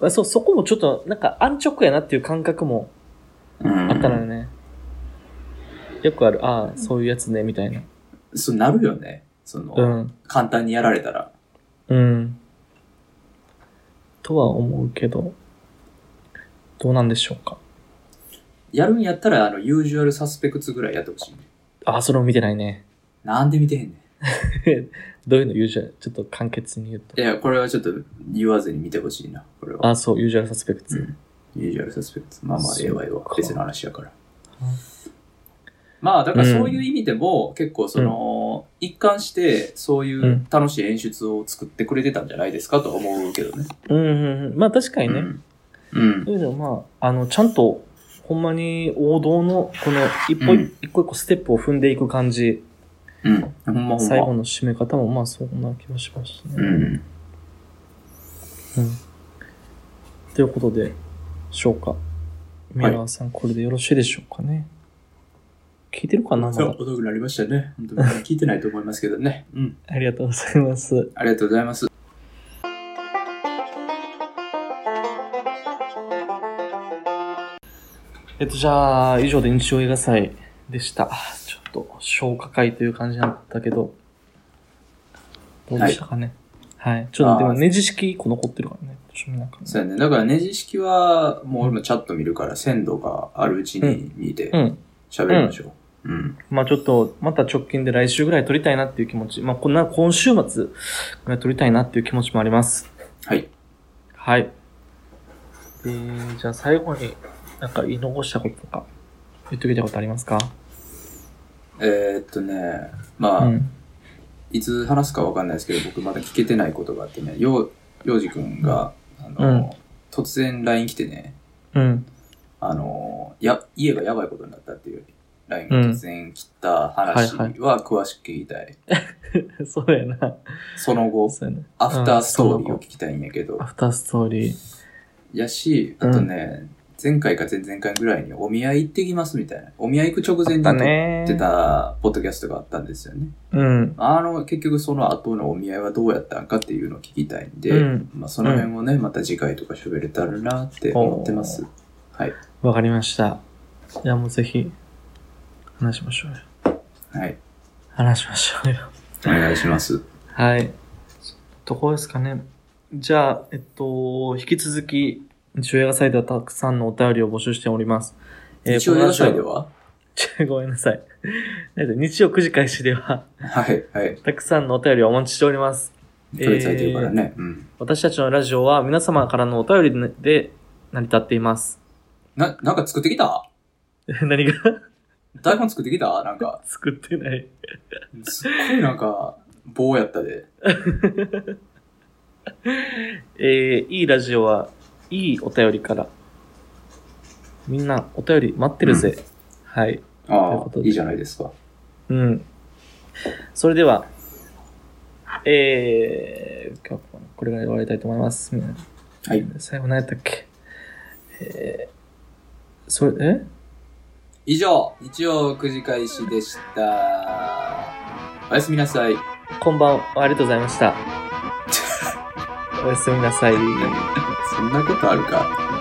Speaker 1: あそう、そこもちょっと、なんか安直やなっていう感覚も
Speaker 2: うん
Speaker 1: あったらね、よくある、ああ、そういうやつね、みたいな。
Speaker 2: そうなるよね。その、
Speaker 1: うん。
Speaker 2: 簡単にやられたら。
Speaker 1: うん。とは思うけど、どうなんでしょうか。
Speaker 2: やるんやったら、あの、ユージュアルサスペクツぐらいやってほしいね。
Speaker 1: ああ、それも見てないね。
Speaker 2: なんで見てへんね
Speaker 1: どういうのユージュアル、ちょっと簡潔に言うと
Speaker 2: ん。い。や、これはちょっと言わずに見てほしいな。これは。
Speaker 1: ああ、そう、ユージュアルサスペク
Speaker 2: う
Speaker 1: ツ。
Speaker 2: んユージュアルサスペクト。まあまあ
Speaker 1: そ、うか
Speaker 2: ええわええわ。別の話やから。まあ、だからそういう意味でも、結構その、一貫して、そういう楽しい演出を作ってくれてたんじゃないですかとは思うけどね。
Speaker 1: うん、うん、うん。まあ確かにね。
Speaker 2: うん。うん。
Speaker 1: そういうのまあ、あの、ちゃんと、ほんまに王道の、この一歩、
Speaker 2: うん
Speaker 1: 一個一個ステップを踏んでいく感じ、
Speaker 2: うん。ほんまほん
Speaker 1: 最後
Speaker 2: ま。
Speaker 1: の締め方も、まあそんな気がしましたね。
Speaker 2: うん。
Speaker 1: ということで、しょうか。宮川さん、これでよろしいでしょうかね。聞いてるかなま
Speaker 2: そ
Speaker 1: だ
Speaker 2: う、。遅くなりましたね。本当に聞いてないと思いますけどね。うん。
Speaker 1: ありがとうございます。
Speaker 2: ありがとうございます。
Speaker 1: えっと、じゃあ、以上で日曜映画祭でした。ちょっと、消化会という感じだったけど、どうでしたかね。はい。ちょっと、でも、
Speaker 2: あー
Speaker 1: ネジ式1個残ってるからね。ちょっとなんかね
Speaker 2: そうやね。だからネジ式は、もう俺もチャット見るから、鮮度があるうちに見て
Speaker 1: うん。
Speaker 2: 喋りましょう。うん。
Speaker 1: まあちょっと、また直近で来週ぐらい撮りたいなっていう気持ち、まあこんな、今週末ぐらい撮りたいなっていう気持ちもあります。
Speaker 2: はい。
Speaker 1: はい。で、じゃあ最後になんか言い残したこととか、言っときたいことありますか
Speaker 2: えー、っとね、まあ、
Speaker 1: うん。
Speaker 2: いつ話すかわかんないですけど、僕まだ聞けてないことがあってね、よう、ようじくんが、あの、
Speaker 1: うん
Speaker 2: 突然 LINE 来てね、
Speaker 1: うん。 [LAUGHS]
Speaker 2: あの、や、家がやばいことになったっていう LINE が突然来た話
Speaker 1: うんはい
Speaker 2: は詳しく聞きたい。
Speaker 1: そうやな。
Speaker 2: その後、
Speaker 1: そうやな。
Speaker 2: アフターストーリーを聞きたいんやけど
Speaker 1: ア、フターストーリー。
Speaker 2: やし、あとね、前回か前々回ぐらいにお見合い行ってきますみたいな、お見合い行く直前に
Speaker 1: だ
Speaker 2: 撮
Speaker 1: ね
Speaker 2: っ。てたポッドキャストがあったんですよね。
Speaker 1: うん。
Speaker 2: あの、結局その後のお見合いはどうやったんかっていうのを聞きたいんで、
Speaker 1: うん
Speaker 2: まあその辺をね、また次回とか喋れたらなって思ってます。はい。
Speaker 1: わかりました。いや、もうぜひ、話しましょうよ。
Speaker 2: はい。
Speaker 1: 話しましょうよ。
Speaker 2: お願いします。
Speaker 1: はい。どこですかね。じゃあ、えっと、引き続き、日曜映画祭ではたくさんのお便りを募集しております。
Speaker 2: 一応
Speaker 1: こ
Speaker 2: 映
Speaker 1: の
Speaker 2: 画
Speaker 1: ラジオ
Speaker 2: 祭では
Speaker 1: ちょ [LAUGHS] ごめんなさい。えっと日曜9時開始では、
Speaker 2: はい、はい。
Speaker 1: たくさんのお便りをお待ちしております。
Speaker 2: 特別祭というからね。うん。
Speaker 1: 私たちのラジオは皆様からのお便りで成り立っています。 [LAUGHS]
Speaker 2: な、なんか作ってきた
Speaker 1: 何が [LAUGHS]
Speaker 2: 台本作ってきたなんか、
Speaker 1: 作ってない。
Speaker 2: すっごいなんか、棒やったで。
Speaker 1: えー、いいラジオは、いいお便りから。みんなお便り待ってるぜ。はい。という
Speaker 2: あ
Speaker 1: こ
Speaker 2: あ、
Speaker 1: とで
Speaker 2: いいじゃないですか。
Speaker 1: うん。それでは、えー、今日はこれぐらいで終わりたいと思います。
Speaker 2: はい。
Speaker 1: 最後何やったっけえー、それ、え
Speaker 2: 以上、日曜9時開始でした。おやすみなさい。
Speaker 1: こんばんは、ありがとうございました。おやすみなさい。
Speaker 2: そんなことあるか。